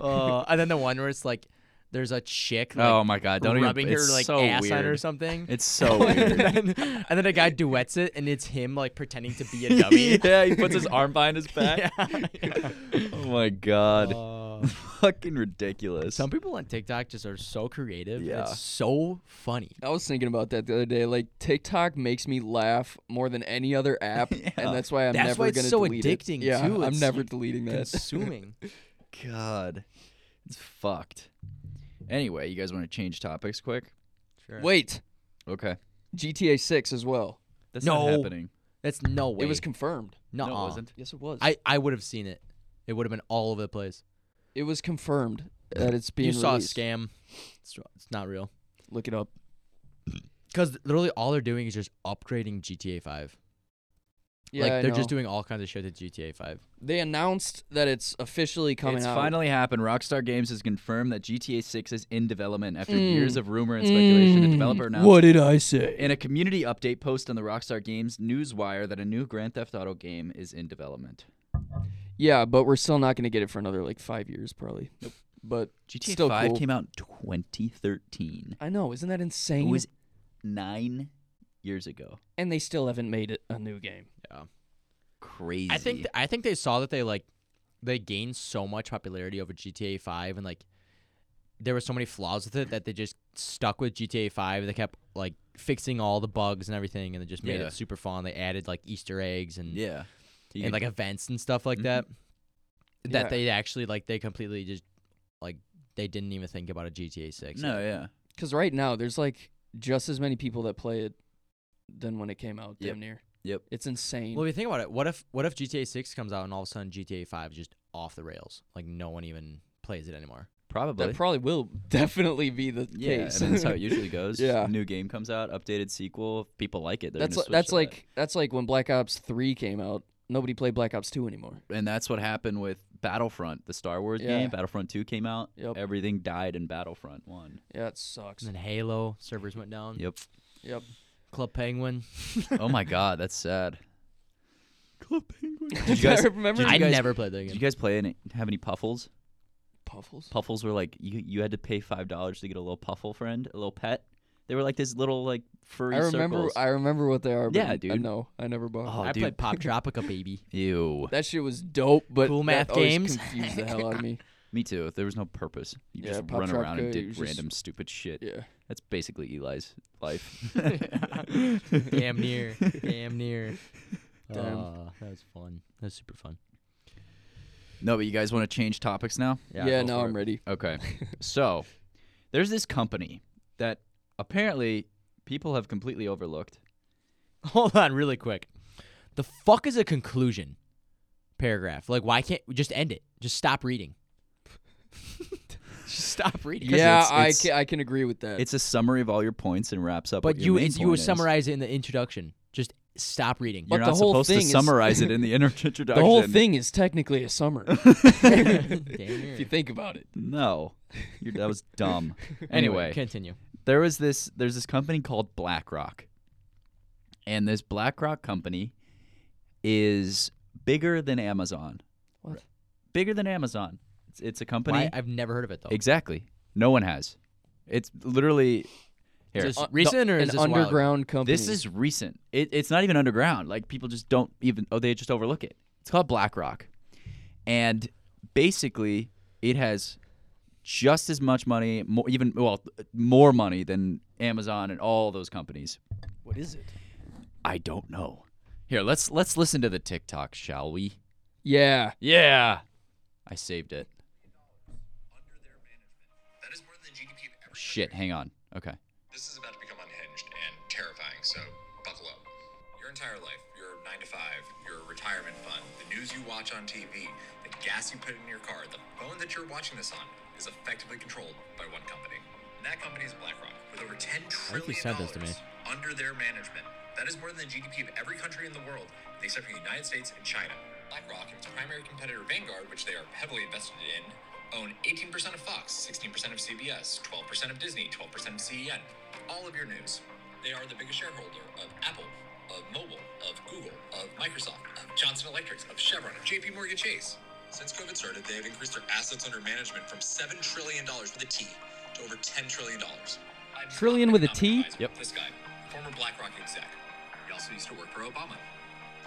A: Uh, and then the one where it's like there's a chick like,
B: Oh my god, don't
A: rubbing
B: even
A: her
B: it's
A: like
B: so
A: ass
B: weird.
A: on or something.
B: It's so
A: and
B: weird.
A: then and then a guy duets it and it's him like pretending to be a dummy.
B: yeah, he puts his arm behind his back. Oh my god.
C: Oh.
A: Uh,
B: Fucking ridiculous.
A: some people on TikTok just are so creative.
B: Yeah.
A: It's so funny.
C: I was thinking about that the other day. Like TikTok makes me laugh more than any other app, and that's why I'm
A: That's
C: never
A: why it's
C: gonna
A: so
C: delete it.
A: addicting,
C: Yeah,
A: too.
C: I'm
A: It's
C: never
A: like
C: deleting that.
A: Consuming.
B: god. It's fucked. Anyway, you guys want to change topics quick?
C: Wait,
B: Okay.
C: GTA 6 as well.
B: That's
A: No.
B: not happening.
A: That's no way.
C: It was confirmed.
A: no,
B: No, it wasn't.
C: Yes, it was.
A: I I would have seen it. It would have been all over the place.
C: it was confirmed that it's being
A: you saw
C: released.
A: a scam. It's, it's not real.
C: Look it up.
A: Because literally all they're doing is just upgrading GTA 5.
C: Yeah,
A: like
C: I
A: they're
C: know.
A: just doing all kinds of shit to GTA 5.
C: They announced that it's officially coming
B: it's
C: out.
B: finally happened. Rockstar Games has confirmed that GTA 6 is in development after
C: Mm.
B: years of rumor and speculation. The
C: Mm.
B: developer announced
C: What did I say?
B: in a community update post on the Rockstar Games newswire that a new Grand Theft Auto game is in development.
C: Yeah, but we're still not going to get it for another like five years probably. But
B: GTA
C: still
B: 5
C: cool.
B: came out in 2013.
C: I know, isn't that
B: It
C: insane?
B: was 9 years ago.
C: and they still haven't made it a new game.
B: Crazy.
A: I think th- I think they saw that they like they gained so much popularity over GTA 5 and like there were so many flaws with it that they just stuck with GTA 5. They kept like fixing all the bugs and everything and they just made
B: Yeah.
A: it super fun. They added like Easter eggs and
B: yeah.
A: and
B: You could-
A: like events and stuff like
B: Mhm.
A: that. That
C: Yeah.
A: they actually like they completely just like they didn't even think about a GTA 6.
B: no, yeah.
C: Because right now there's like just as many people that play it than when it came out.
B: Yep.
C: Damn near.
B: Yep.
C: It's insane.
A: Well, if you think about it, what if what if GTA Six comes out and all of a sudden GTA Five is just off the rails, like no one even plays it anymore.
B: Probably.
C: that probably will definitely be the
B: yeah,
C: case.
B: I mean, that's how it usually goes.
C: Yeah.
B: New game comes out, updated sequel. If people like it. They're
C: that's
B: gonna
C: li-
B: switch
C: that's
B: to that.
C: like that's like when Black Ops Three came out. Nobody played Black Ops Two anymore.
B: and that's what happened with Battlefront, the Star Wars
C: Yeah.
B: game, Battlefront 2 came out.
C: Yep.
B: Everything died in Battlefront 1.
C: Yeah, it sucks.
A: And then Halo servers went down.
B: Yep.
C: Yep.
A: Club Penguin.
B: oh my god, that's sad. Club Penguin. Did you
C: I
B: guys
C: remember
B: did
A: Hmm. I
B: you guys,
A: never played that
B: Did you
A: game.
B: guys play any have any puffles?
C: Puffles.
B: Puffles were like you you had to pay $5 to get a little puffle friend, a little pet. They were like this little like furry
C: I remember.
B: circles.
C: I remember what they are. But
B: Yeah,
C: yeah,
B: dude.
C: dude. no, I never bought.
B: Oh,
A: I
B: dude.
A: played Pop Tropica, baby.
B: Ew.
C: That shit was dope, but
A: Cool
C: that
A: Math
C: always
A: Games.
C: confused the hell out of me.
B: Me too. There was no purpose. You
C: Yeah,
B: just
C: Pop
B: run around and
C: Tropica,
B: did
C: you just-
B: random stupid shit.
C: Yeah.
B: That's basically Eli's life.
A: Damn near. Damn near.
C: Damn.
A: Aw, that was fun. That was super fun.
B: no, but you guys want to change topics now?
C: Yeah.
A: go
C: now
A: for
C: I'm
A: it.
C: ready.
B: Okay. so there's this company that apparently people have completely overlooked.
A: Hold on, really quick. The fuck is a conclusion paragraph? Like, why can't we just end it? Just stop reading. just stop reading.
C: Yeah,
B: it's-
C: I
B: it's-
C: can, I can agree with that.
B: It's a summary of all your points and wraps up.
A: But
B: what
A: you
B: your main
A: you
B: point is.
A: summarize it in the introduction. Just stop reading.
B: You're
C: But
B: not
C: the whole
B: supposed
C: thing
B: to
C: is-
B: summarize it in the inter- introduction.
C: the whole thing is technically a summer
A: Damn
C: if
A: near.
C: you think about it.
B: No, You're, that was dumb. anyway,
A: continue.
B: there was this there's this company called BlackRock. And this BlackRock company is bigger than Amazon.
C: What?
B: Bigger than Amazon. It's, it's a company.
A: Why? I've never heard of it though.
B: exactly. No one has. It's literally here.
A: Is this recent or
C: Uh, An
A: is this a while ago?
C: underground company.
B: this is recent. It, it's not even underground. Like people just don't even oh they just overlook it. It's called BlackRock. And basically it has just as much money, more, even well, more money than Amazon and all those companies.
C: what is it?
B: I don't know. Here, let's let's listen to the TikTok, shall we?
C: Yeah.
B: Yeah. I saved it.
G: under their management. That is more than the GDP of every
B: Shit, hang on. Okay.
G: This is about to become unhinged and terrifying, so buckle up. Your entire life, your nine to five, your retirement fund, the news you watch on TV, the gas you put in your car, the phone that you're watching this on is effectively controlled by one company. And that company is BlackRock, with over ten
A: think you
G: trillion
A: said this to me.
G: dollars under their management. That is more than the GDP of every country in the world, with the exception of the United States and China. BlackRock and its primary competitor Vanguard, which they are heavily invested in, own 18% of Fox, 16% of CBS, 12% of Disney, 12% of CEN. All of your news. They are the biggest shareholder of Apple, of Mobile, of Google, of Microsoft, of Johnson Electrics, of Chevron, of JP Morgan Chase. Since COVID started, they have increased their assets under management from $7 trillion with a T to over $10 trillion. I'm
C: Trillion
G: not
C: with a
G: economic
C: T?
G: advisor. This guy, former BlackRock exec. He also used to work for Obama.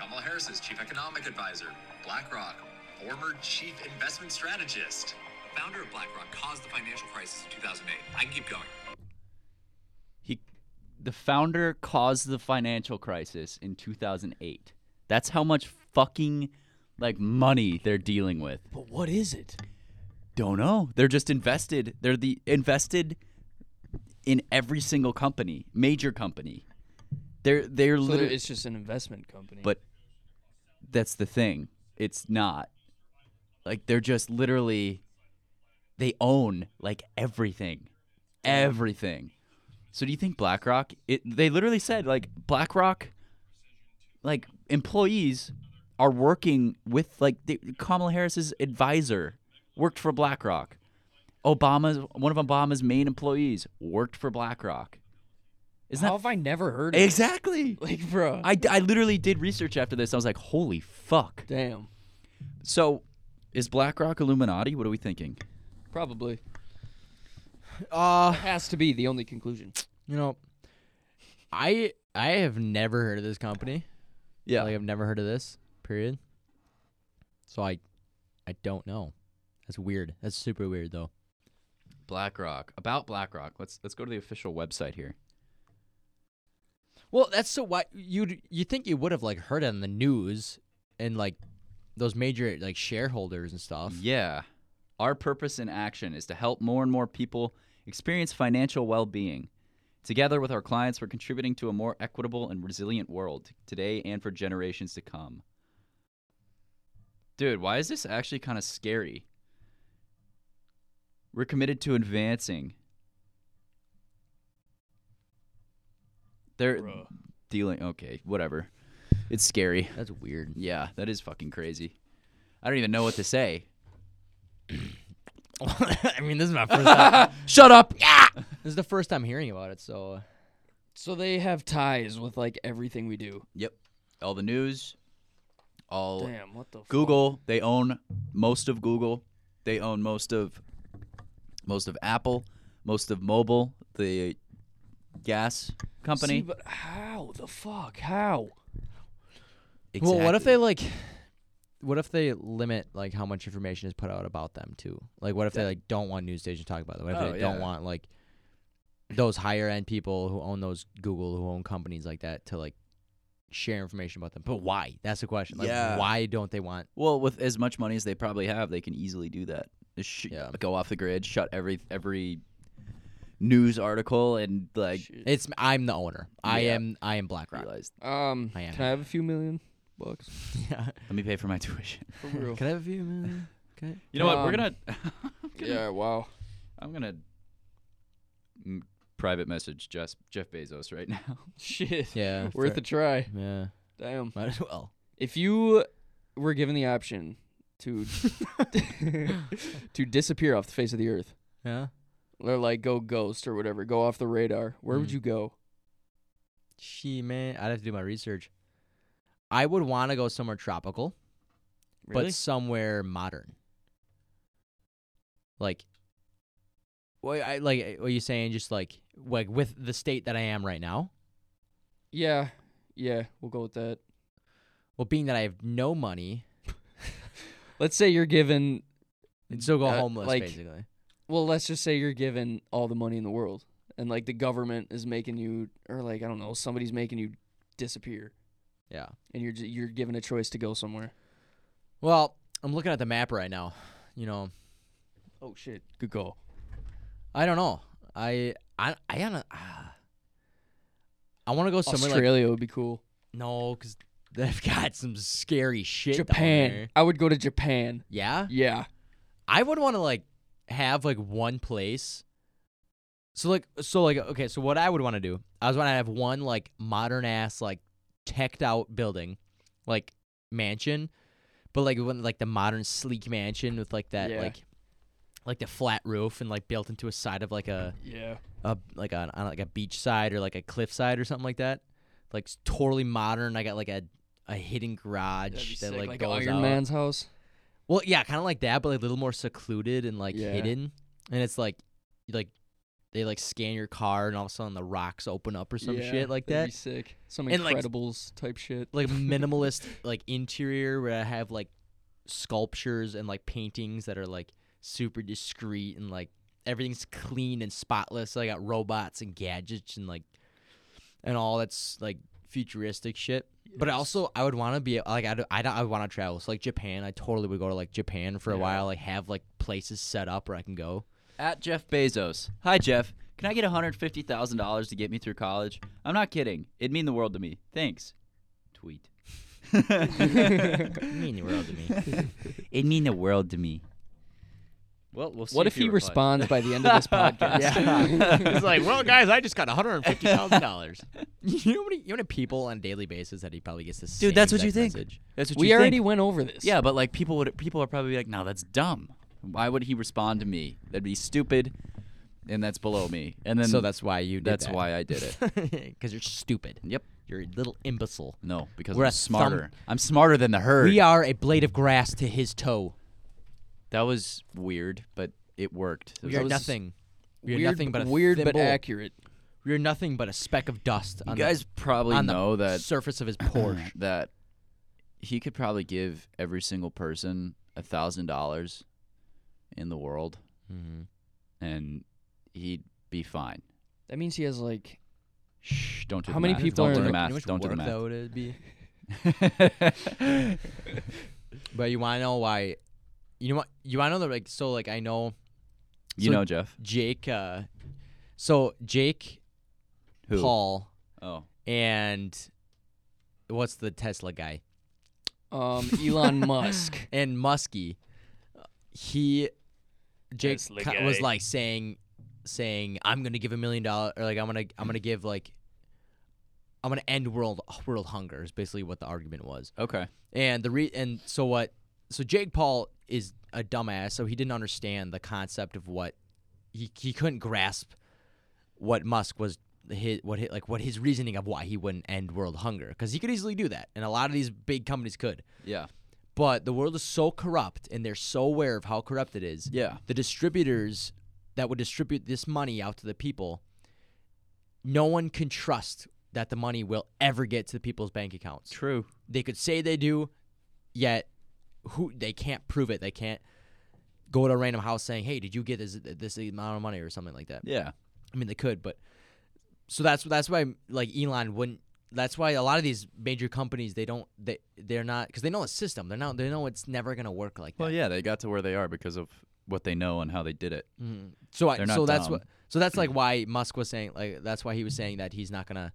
G: Kamala Harris is chief economic advisor, BlackRock, former chief investment strategist. The founder of BlackRock caused the financial crisis in 2008. I can keep going.
B: He the founder caused the financial crisis in 2008. That's how much fucking like money they're dealing with.
C: But what is it?
B: Don't know. They're just invested. They're the invested in every single company, major company. They're they're
C: So
B: literally
C: it's just an investment company.
B: But that's the thing. It's not. Like they're just literally they own like everything. Everything. So do you think BlackRock it they literally said like BlackRock like employees are working with like the, Kamala Harris's advisor worked for BlackRock. Obama's one of Obama's main employees worked for BlackRock. Isn't
C: how
B: that
C: have I never heard of it?
B: Exactly.
C: Like, bro.
B: I, I literally did research after this. I was like, holy fuck.
C: Damn.
B: So, is BlackRock Illuminati? What are we thinking?
C: Probably.
A: Uh,
C: Has to be the only conclusion.
A: you know, I I have never heard of this company.
B: Yeah.
A: Like I've never heard of this. Period. So I I don't know. That's weird. That's super weird though.
B: BlackRock. About BlackRock. Let's let's go to the official website here.
A: Well, that's so why you you think you would have like heard on the news and like those major like shareholders and stuff.
B: Yeah. Our purpose in action is to help more and more people experience financial well-being. Together with our clients, we're contributing to a more equitable and resilient world today and for generations to come. Dude, why is this actually kind of scary? We're committed to advancing. They're dealing. Okay, whatever. It's scary.
A: That's weird.
B: Yeah, that is fucking crazy. I don't even know what to say.
A: I mean, this is my first time.
B: Shut up.
A: this is the first time hearing about it, so.
C: So they have ties with like everything we do.
B: Yep. All the news. All
C: Damn, what the
B: Google. They own most of Google. They own most of most of Apple. Most of mobile. The gas
C: fuck?
B: company.
C: See, but how the fuck? How?
A: Well, what if
B: Exactly.
A: they like. What if they limit like how much information is put out about them too? Like, what if they like don't want news stations to talk about them? What if
B: Oh,
A: they don't
B: yeah.
A: want like those higher end people who own those Google, who own companies like that, to like share information about them? But why? That's the question. Like,
B: Yeah.
A: why don't they want?
B: Well, with as much money as they probably have, they can easily do that. Just sh-
A: Yeah.
B: Go off the grid, shut every every news article, and like
A: It's I'm the owner. I
B: Yeah.
A: am I am BlackRock.
B: realize.
C: Um,
A: I am.
C: can I have a few million bucks
A: Yeah.
B: Let me pay for my tuition.
C: for real?
A: Can I have a few? man? Okay.
B: You know what? We're
C: Um,
B: gonna.
C: yeah. Wow.
B: I'm gonna m- private message Jeff Jeff Bezos right now.
C: Shit.
A: Yeah.
C: Worth a try.
A: Yeah.
C: Damn.
A: Might as well.
C: If you were given the option to to disappear off the face of the earth,
A: Yeah.
C: or like go ghost or whatever, go off the radar, where would
A: Mhm.
C: you go?
A: She man, I'd have to do my research. I would want to go somewhere tropical, but somewhere modern. Like, what I like eh, what you saying? Just like like with the state that I am right now.
C: yeah, yeah, we'll go with that.
A: Well, being that I have no money,
C: Let's say you're given,
A: and still go
C: Uh,
A: homeless
C: like-
A: basically.
C: well, let's just say you're given all the money in the world, and like the government is making you, or like I don't know, somebody's making you disappear,
A: Yeah.
C: and you're j- you're given a choice to go somewhere.
A: Well, I'm looking at the map right now. You know,
C: Oh shit, good call.
A: I don't know. I I I gotta. Uh, I want to go somewhere like
C: Australia would be cool.
A: no, because they've got some scary shit. down
C: Japan,
A: there.
C: I would go to Japan.
A: Yeah,
C: Yeah,
A: I would want to like have like one place. So like so like okay, so what I would want to do, I was want to have one like modern ass like teched out building, like mansion, but like one like the modern sleek mansion with like that
C: Yeah.
A: like like the flat roof and like built into a side of like a
C: yeah.
A: a like a on like a beach side or like a cliff side or something like that. Like s- totally modern. I got like a a hidden garage that like, goes
C: Iron
A: out.
C: Man's house.
A: Well, yeah, kind of like that, but like a little more secluded and like
C: Yeah.
A: hidden. And it's like you, like they like scan your car and all of a sudden the rocks open up or some
C: Yeah,
A: shit like
C: that'd
A: that.
C: Be sick. Some
A: And, like,
C: Incredibles type shit.
A: Like minimalist like interior where I have like sculptures and like paintings that are like super discreet and like everything's clean and spotless. I got robots and gadgets and like and all that's like futuristic shit. But I also, I would want to be like I'd, I'd, I want to travel. So like Japan, I totally would go to like Japan for a
C: Yeah.
A: while. Like have like places set up where I can go.
B: At Jeff Bezos. Hi Jeff. Can I get $150,000 to get me through college? I'm not kidding. It'd mean the world to me. Thanks. Tweet.
A: It mean the world to me.
B: It'd mean the world to me. Well, we'll see
C: What if he responds by the end of this podcast?
A: It's like, well, guys, I just got one hundred and fifty thousand dollars. You know how many, you know how many people on a daily basis that he probably gets this.
B: Dude, that's what you think. That's what
C: we
B: you think.
C: already went over this.
B: Yeah, but like people would people are probably like, "No, that's dumb. Why would he respond to me? That'd be stupid." And that's below me. And then
A: so that's why you. Did
B: that's why I did it.
A: Because you're stupid.
B: Yep.
A: You're a little imbecile.
B: No, because
A: We're
B: I'm
A: a thumb-
B: smarter. I'm smarter than the herd.
A: We are a blade of grass to his toe.
B: That was weird, but it worked.
A: We are
B: That was-
A: nothing. We are
C: Weird-
A: nothing but a
C: weird but
A: thimble.
C: accurate.
A: We are nothing but a speck of dust.
B: You
A: on
B: guys
A: the,
B: probably
A: on
B: know
A: the
B: that
A: surface of his Porsche.
B: that he could probably give every single person a thousand dollars in the world,
A: Mm-hmm.
B: and he'd be fine.
C: That means he has like
B: Shh, don't do
C: How
B: the
C: many
B: math.
C: people
B: don't
C: are
B: do
C: in
B: the
C: the-
B: math?
A: You know how much
B: don't do the
A: work
B: math.
A: that would be? But you want to know why? You know what? You want to know that like so like I know
B: you
A: So-
B: know, Jeff.
A: Jake. uh So Jake,
B: Who?
A: Paul,
B: Oh,
A: and what's the Tesla guy?
C: um, Elon Musk.
A: and Muskie, he Jake
C: Tesla
A: ki- was
C: guy.
A: like saying saying I'm gonna give a million dollar or like I'm gonna I'm gonna give like I'm gonna end world world hunger is basically what the argument was.
B: okay.
A: And the re and so what so Jake Paul is a dumbass, so he didn't understand the concept of what he he couldn't grasp what Musk was his what his, like what his reasoning of why he wouldn't end world hunger because he could easily do that, and a lot of these big companies could.
B: Yeah.
A: But the world is so corrupt, and they're so aware of how corrupt it is.
B: Yeah.
A: the distributors that would distribute this money out to the people, no one can trust that the money will ever get to the people's bank accounts
B: True.
A: they could say they do, yet who they can't prove it. They can't go to a random house saying, "Hey, did you get this this amount of money or something like that?"
B: Yeah.
A: I mean, they could, but so that's that's why like Elon wouldn't. That's why a lot of these major companies they don't they they're not because they know the system. They're not they know it's never gonna work like
B: Well,
A: that.
B: yeah, they got to where they are because of what they know and how they did it.
A: So I,
B: They're not
A: so that's
B: dumb. Mm-hmm.
A: what so that's like why Musk was saying like that's why he was saying that he's not gonna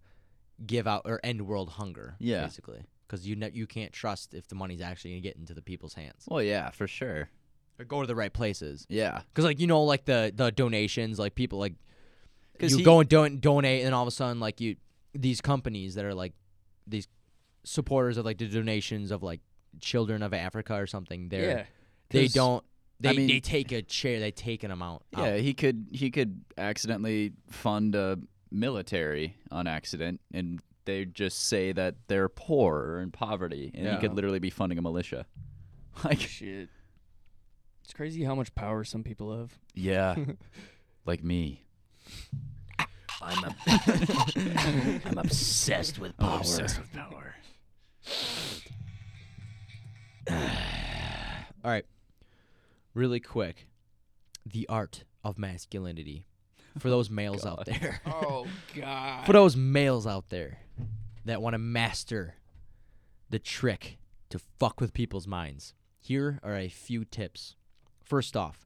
A: give out or end world hunger.
B: Yeah.
A: basically because you ne- you can't trust if the money's actually gonna get into the people's hands.
B: Well, yeah, for sure.
A: or go to the right places.
B: Yeah.
A: Cause like you know like the the donations like people like
B: 'Cause
A: you
B: he-
A: go and don't donate and then all of a sudden like you these companies that are like these supporters of like the donations of like children of Africa or something they're
C: Yeah,
A: they
B: 'cause,
A: don't they,
B: I mean-
A: they take a share they take an amount out.
B: Yeah, he could he could accidentally fund a military on accident and they just say that they're poor or in poverty and he
C: Yeah.
B: could literally be funding a militia. Like
C: Shit. It's crazy how much power some people have.
B: yeah. like me.
H: I'm, ob- I'm obsessed with power.
B: with power.
A: All right. Really quick. The art of masculinity for those males out there.
C: Oh god.
A: for those males out there that want to master the trick to fuck with people's minds, here are a few tips. First off,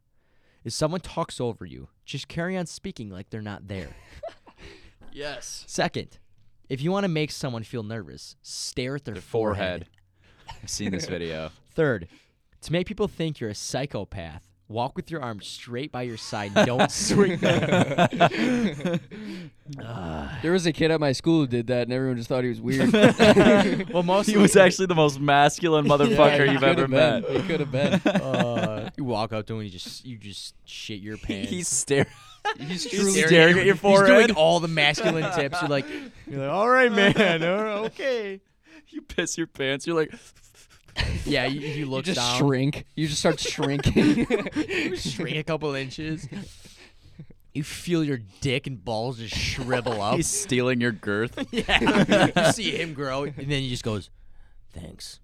A: if someone talks over you, just carry on speaking like they're not there.
B: Yes.
A: Second, if you want to make someone feel nervous, stare at their,
B: Forehead. I've seen this video.
A: Third, to make people think you're a psychopath, walk with your arms straight by your side and don't swing them.
C: There was a kid at my school who did that, and everyone just thought he was weird.
A: Well, mostly
B: he was actually the most masculine motherfucker you've ever met.
C: He could have been.
A: uh, you walk up to him and you just you just shit your pants.
B: He's staring.
A: He's
B: staring staring at at your your forehead.
A: He's doing all the masculine tips. You're like, you're like, all right, man, all right, okay.
B: You piss your pants. You're like,
A: Yeah, you, you
C: You
A: look
C: just
A: down,
C: shrink. You just start shrinking.
A: you shrink a couple inches. You feel your dick and balls just shrivel up.
B: he's stealing your girth.
A: yeah, you see him grow, and then he just goes, "Thanks."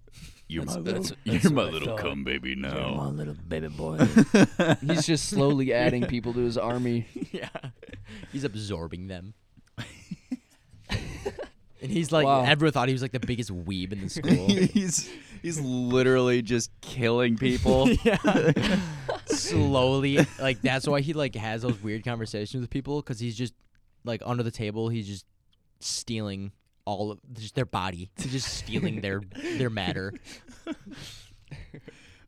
B: You're my
H: little-
B: you're
H: that's
B: my
H: what I
B: little
H: thought.
B: cum baby
H: Come
B: now.
H: on, little baby boy.
C: He's just slowly adding people to his army.
A: Yeah, he's absorbing them. and he's like,
C: Wow.
A: everyone thought he was like the biggest weeb in the school.
B: he's he's literally just killing people.
A: slowly like that's why he like has those weird conversations with people because he's just like under the table he's just stealing all of just their body he's just stealing their their matter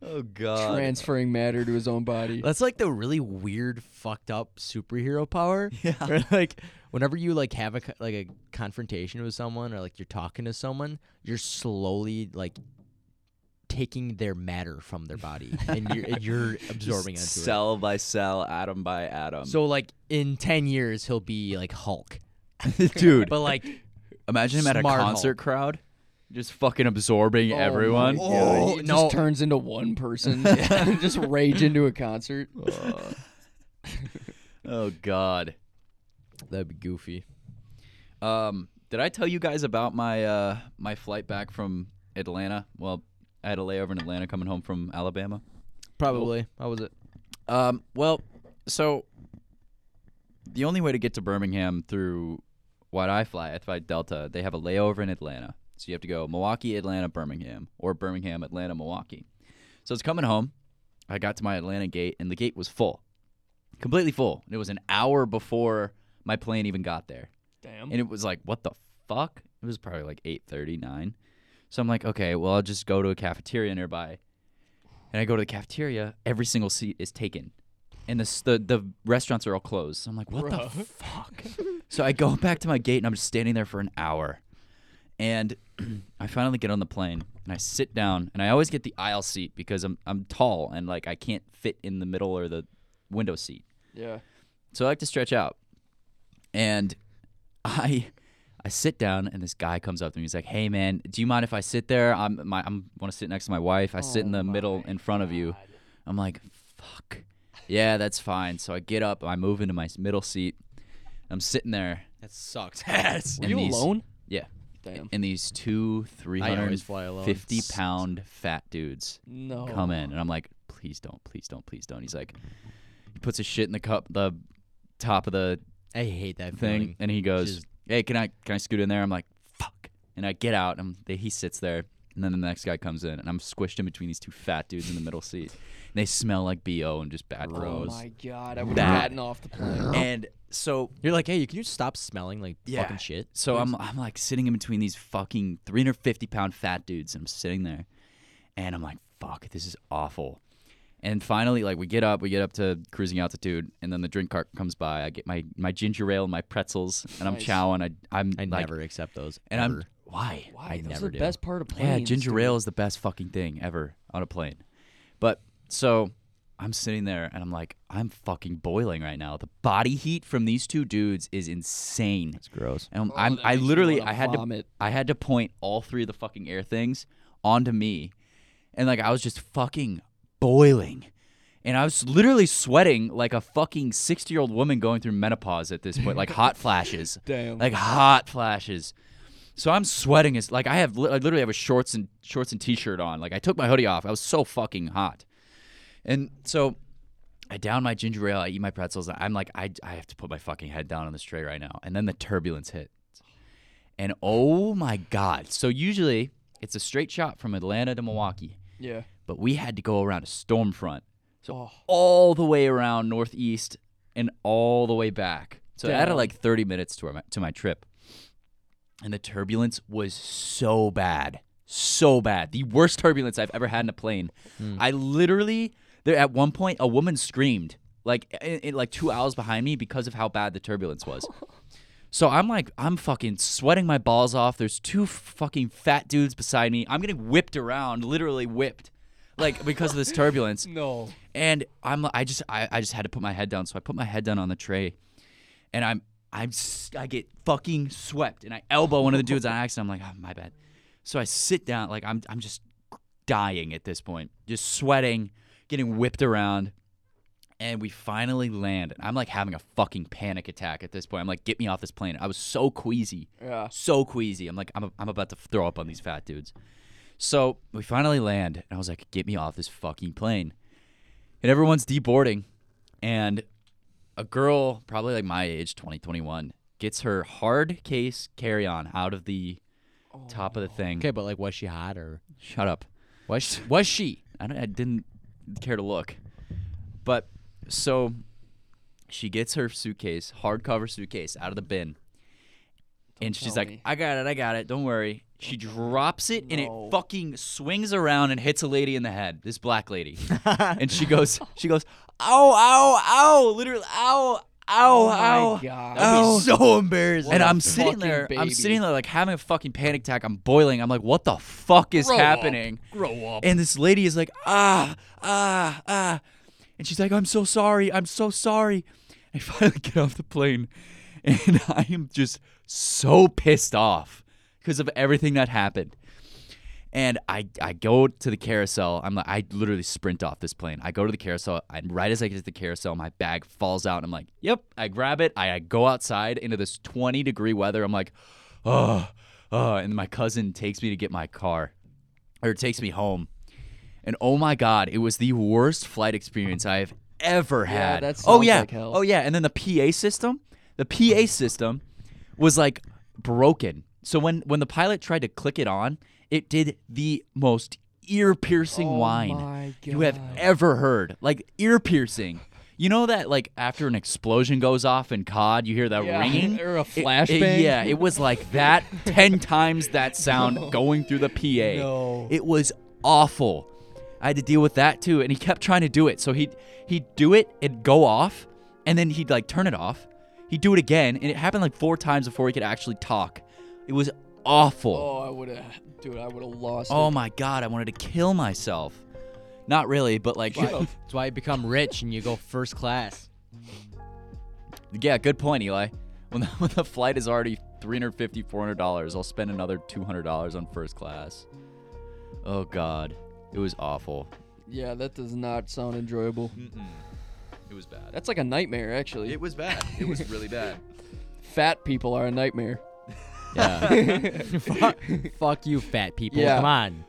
B: Oh god.
C: Transferring matter to his own body.
A: that's like the really weird fucked up superhero power yeah like whenever you like have a co- like a confrontation with someone or like you're talking to someone you're slowly like taking their matter from their body and you're, and you're absorbing
B: Just
A: onto it
B: cell by cell, atom by atom.
A: so like in 10 years he'll be like hulk
B: dude,
A: but like
B: imagine him at a
A: Smart
B: concert
A: Hulk.
B: crowd, just fucking absorbing
C: Oh my
B: everyone.
C: God.
A: Oh,
C: It
A: no.
C: just turns into one person. just rage into a concert.
B: Uh, Oh god.
A: That'd be goofy.
B: Um, did I tell you guys about my uh my flight back from Atlanta? Well, I had a layover in Atlanta coming home from Alabama.
A: Probably. How was it?
B: Um, well, so the only way to get to Birmingham through what I fly, I fly Delta. They have a layover in Atlanta, so you have to go Milwaukee, Atlanta, Birmingham, or Birmingham, Atlanta, Milwaukee. So it's coming home. I got to my Atlanta gate, and the gate was full, completely full. And it was an hour before my plane even got there
C: Damn.
B: and it was like what the fuck it was probably like 8.39 so i'm like okay well i'll just go to a cafeteria nearby and i go to the cafeteria every single seat is taken and the s- the, the restaurants are all closed so i'm like what the fuck so i go back to my gate and i'm just standing there for an hour And I finally get on the plane and I sit down and I always get the aisle seat because I'm I'm tall and like I can't fit in the middle or the window seat.
C: Yeah.
B: So I like to stretch out. And I I sit down and this guy comes up to me. He's like, "Hey man, do you mind if I sit there? I'm my I'm want to sit next to my wife. I sit in
C: Oh
B: the middle in front of you." I'm like, "Fuck." Yeah, that's fine. So I get up, I move into my s- middle seat. I'm sitting there.
A: That sucks.
C: Were
B: and
C: you
B: these-
C: alone?
B: Yeah.
C: Damn.
B: And these two
A: fly alone.
B: 350 pound fat dudes
C: No.
B: come in and I'm like, please don't, please don't, please don't. He's like, he puts his shit in the cup, the top of the
A: I hate that
B: thing,
A: feeling.
B: and he goes,
A: Just-
B: hey, can I can I scoot in there? I'm like, fuck, and I get out, and they, he sits there, and then the next guy comes in, and I'm squished in between these two fat dudes in the middle seat. And they smell like bo and just bad
C: Oh
B: bros.
C: my god, I would have
B: That-
C: gotten off the plane.
B: And so
A: You're like, hey, you can you stop smelling like
B: Yeah.
A: fucking shit?
B: So I'm I'm like sitting in between these fucking 350 pound fat dudes, and I'm sitting there, and I'm like, fuck, this is awful. And finally, like we get up, we get up to cruising altitude, and then the drink cart comes by. I get my my ginger ale and my pretzels, and I'm
C: Nice.
B: chowing. I I'm
A: I
B: like,
A: never accept those.
B: and
A: ever.
B: I'm why
C: Why? Those
A: never
C: are the
A: do.
C: best part of planes.
B: yeah, ginger
C: dude.
B: ale is the best fucking thing ever on a plane. But so I'm sitting there and I'm like, I'm fucking boiling right now. The body heat from these two dudes is insane. It's
A: gross.
B: And I'm,
C: Oh,
B: I'm
C: that
B: I
C: makes me
B: literally
C: wanna
B: I had
C: vomit.
B: to I had to point all three of the fucking air things onto me, and like I was just fucking boiling. And I was literally sweating like a fucking 60 year old woman going through menopause at this point, like hot flashes.
C: Damn.
B: Like hot flashes. So I'm sweating. It's like I have li- I literally have a shorts and shorts and t-shirt on. Like I took my hoodie off. I was so fucking hot. And so I down my ginger ale. I eat my pretzels. and I'm like I I have to put my fucking head down on this tray right now. And then the turbulence hit. And oh my god. So usually it's a straight shot from Atlanta to Milwaukee,
C: Yeah.
B: but we had to go around a storm front. So
C: Oh.
B: all the way around northeast and all the way back. So I added
C: Damn.
B: like 30 minutes to my, to my trip. And the turbulence was so bad. So bad. The worst turbulence I've ever had in a plane. I literally there at one point a woman screamed like in, in, like 2 hours behind me because of how bad the turbulence was. So I'm like, I'm fucking sweating my balls off. There's two fucking fat dudes beside me. I'm getting whipped around, literally whipped, like because of this turbulence.
C: No.
B: And I'm I just I, I just had to put my head down. So I put my head down on the tray and I'm I'm s- I get fucking swept and I elbow one of the dudes on accident. I'm like, oh, my bad. So I sit down like I'm I'm just dying at this point. Just sweating, getting whipped around. And we finally land. And I'm like having a fucking panic attack at this point. I'm like, get me off this plane. I was so queasy
C: Yeah.
B: so queasy. I'm like, I'm, I'm about to throw up on these fat dudes. So we finally land, and I was like, get me off this fucking plane. And everyone's deboarding, and a girl, probably like my age, 20, 21, gets her hard case carry on out of the top of the thing.
A: Okay, but like, was she hot or
B: Shut up.
A: was she, was she?
B: I, don't, I didn't care to look. But so she gets her suitcase, hardcover suitcase, out of the bin. and she's
C: tell
B: like,
C: me.
B: I got it, I got it, don't worry. She drops it and
C: No.
B: it fucking swings around and hits a lady in the head, this black lady. and she goes, she goes, ow, ow, ow, literally, ow, ow, ow.
C: Oh my god.
B: ow.
A: so embarrassing.
B: and
C: a
B: I'm sitting
C: fucking
B: there, I'm
C: baby.
B: sitting there like having a fucking panic attack. I'm boiling. I'm like, what the fuck is
C: Grow up.
B: happening?
C: Grow up.
B: And this lady is like, ah, ah, ah. And she's like, I'm so sorry. I'm so sorry. I finally get off the plane and I am just so pissed off because of everything that happened. And I, I go to the carousel. I'm like, I literally sprint off this plane. I go to the carousel. And right as I get to the carousel, my bag falls out. And I'm like, yep. I grab it. I, I go outside into this 20 degree weather. I'm like, oh, oh. And my cousin takes me to get my car or takes me home. And oh my god, it was the worst flight experience I have ever had.
C: that
B: oh
C: sounds
B: yeah.
C: like hell.
B: Oh yeah, and then the PA system, the PA system was like broken. So when when the pilot tried to click it on, it did the most ear-piercing
C: Oh
B: whine
C: my
B: you have
C: God.
B: ever heard. Like ear-piercing. You know that like after an explosion goes off in COD, you hear that
C: Yeah,
B: ringing
C: or a
B: It- it-
C: flashbang.
B: yeah, it was like that 10 times that sound going through the PA.
C: No.
B: It was awful. I had to deal with that too, and he kept trying to do it. So he'd he'd do it, it'd go off, and then he'd like turn it off. He'd do it again, and it happened like four times before he could actually talk. It was awful.
C: Oh, I would have, dude. I would have lost.
B: Oh,
C: it.
B: my god, I wanted to kill myself. Not really, but like,
A: That's why you become rich and you go first class.
B: yeah, good point, Eli. When the, when the flight is already 350 $400, I'll spend another $200 on first class. Oh god, it was awful.
C: Yeah, that does not sound enjoyable.
B: It was bad.
C: That's like a nightmare, actually.
B: Mm. It was bad. It was really bad.
C: Fat people are a nightmare.
A: Yeah. fuck, fuck you, fat people.
C: Yeah.
A: Come on.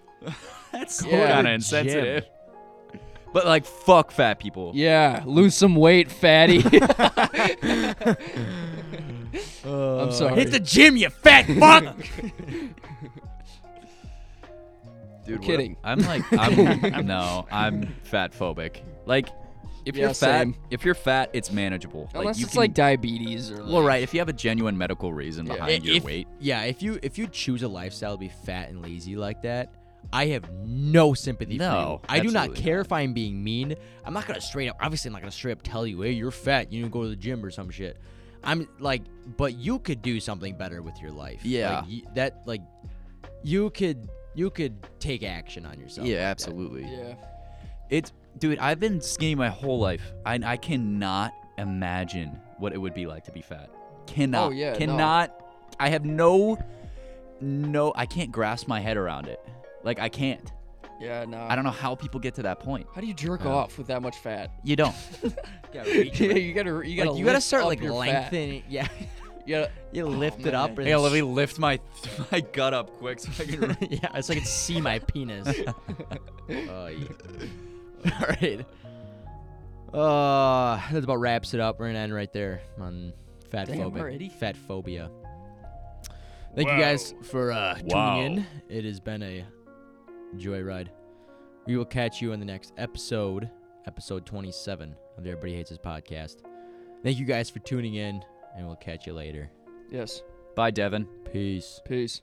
B: That's
C: Yeah.
B: kind of insensitive. But like, fuck fat people.
C: Yeah, lose some weight, fatty. I'm sorry.
A: Uh, Hit the gym, you fat fuck.
B: Dude,
C: I'm
B: what-
C: kidding.
B: I'm like, I'm no, I'm fat phobic. Like, if
C: Yeah,
B: you're fat,
C: same.
B: if you're fat, it's manageable.
C: Unless
B: like, you
C: it's
B: can-
C: like diabetes or.
B: well,
C: like-
B: right. If you have a genuine medical reason
C: Yeah.
B: behind your
A: if,
B: weight,
A: Yeah, if you if you choose a lifestyle to be fat and lazy like that, I have no sympathy
B: No,
A: for you. I do not
B: absolutely
A: care if I'm being mean. I'm not gonna straight up obviously I'm not gonna straight up tell you, hey, you're fat, you need to go to the gym or some shit. I'm like, but you could do something better with your life.
B: Yeah.
A: Like, y- that like you could you could take action on yourself.
B: yeah,
A: like that.
B: absolutely.
C: Yeah.
B: It's, dude, I've been skinny my whole life. I, I cannot imagine what it would be like to be fat. Cannot.
C: yeah, no.
B: Cannot. I have no, no. I can't grasp my head around it. Like I can't.
C: Yeah. No.
B: I don't know how people get to that point.
C: How do you jerk off with that much fat?
B: You don't.
C: yeah, you gotta. You gotta.
A: Like, you gotta
C: lift
A: start
C: up
A: like
C: your fat.
A: lengthening yeah.
C: You gotta-
B: Oh,
A: You lift it up and
B: Yeah, let me lift my my gut up quick so I can.
A: yeah, it's like I can see my penis. Oh, yeah. All right. Uh, that about wraps it up. We're gonna end right there on fat
C: Damn,
A: phobia.
C: already?
A: Fat phobia. Thank you guys for uh, tuning
F: Wow.
A: in. It has been a joyride. We will catch you in the next episode, episode 27 of the Everybody Hates This podcast. Thank you guys for tuning in, and we'll catch you later.
C: Yes.
B: Bye, Devin.
A: Peace.
C: Peace.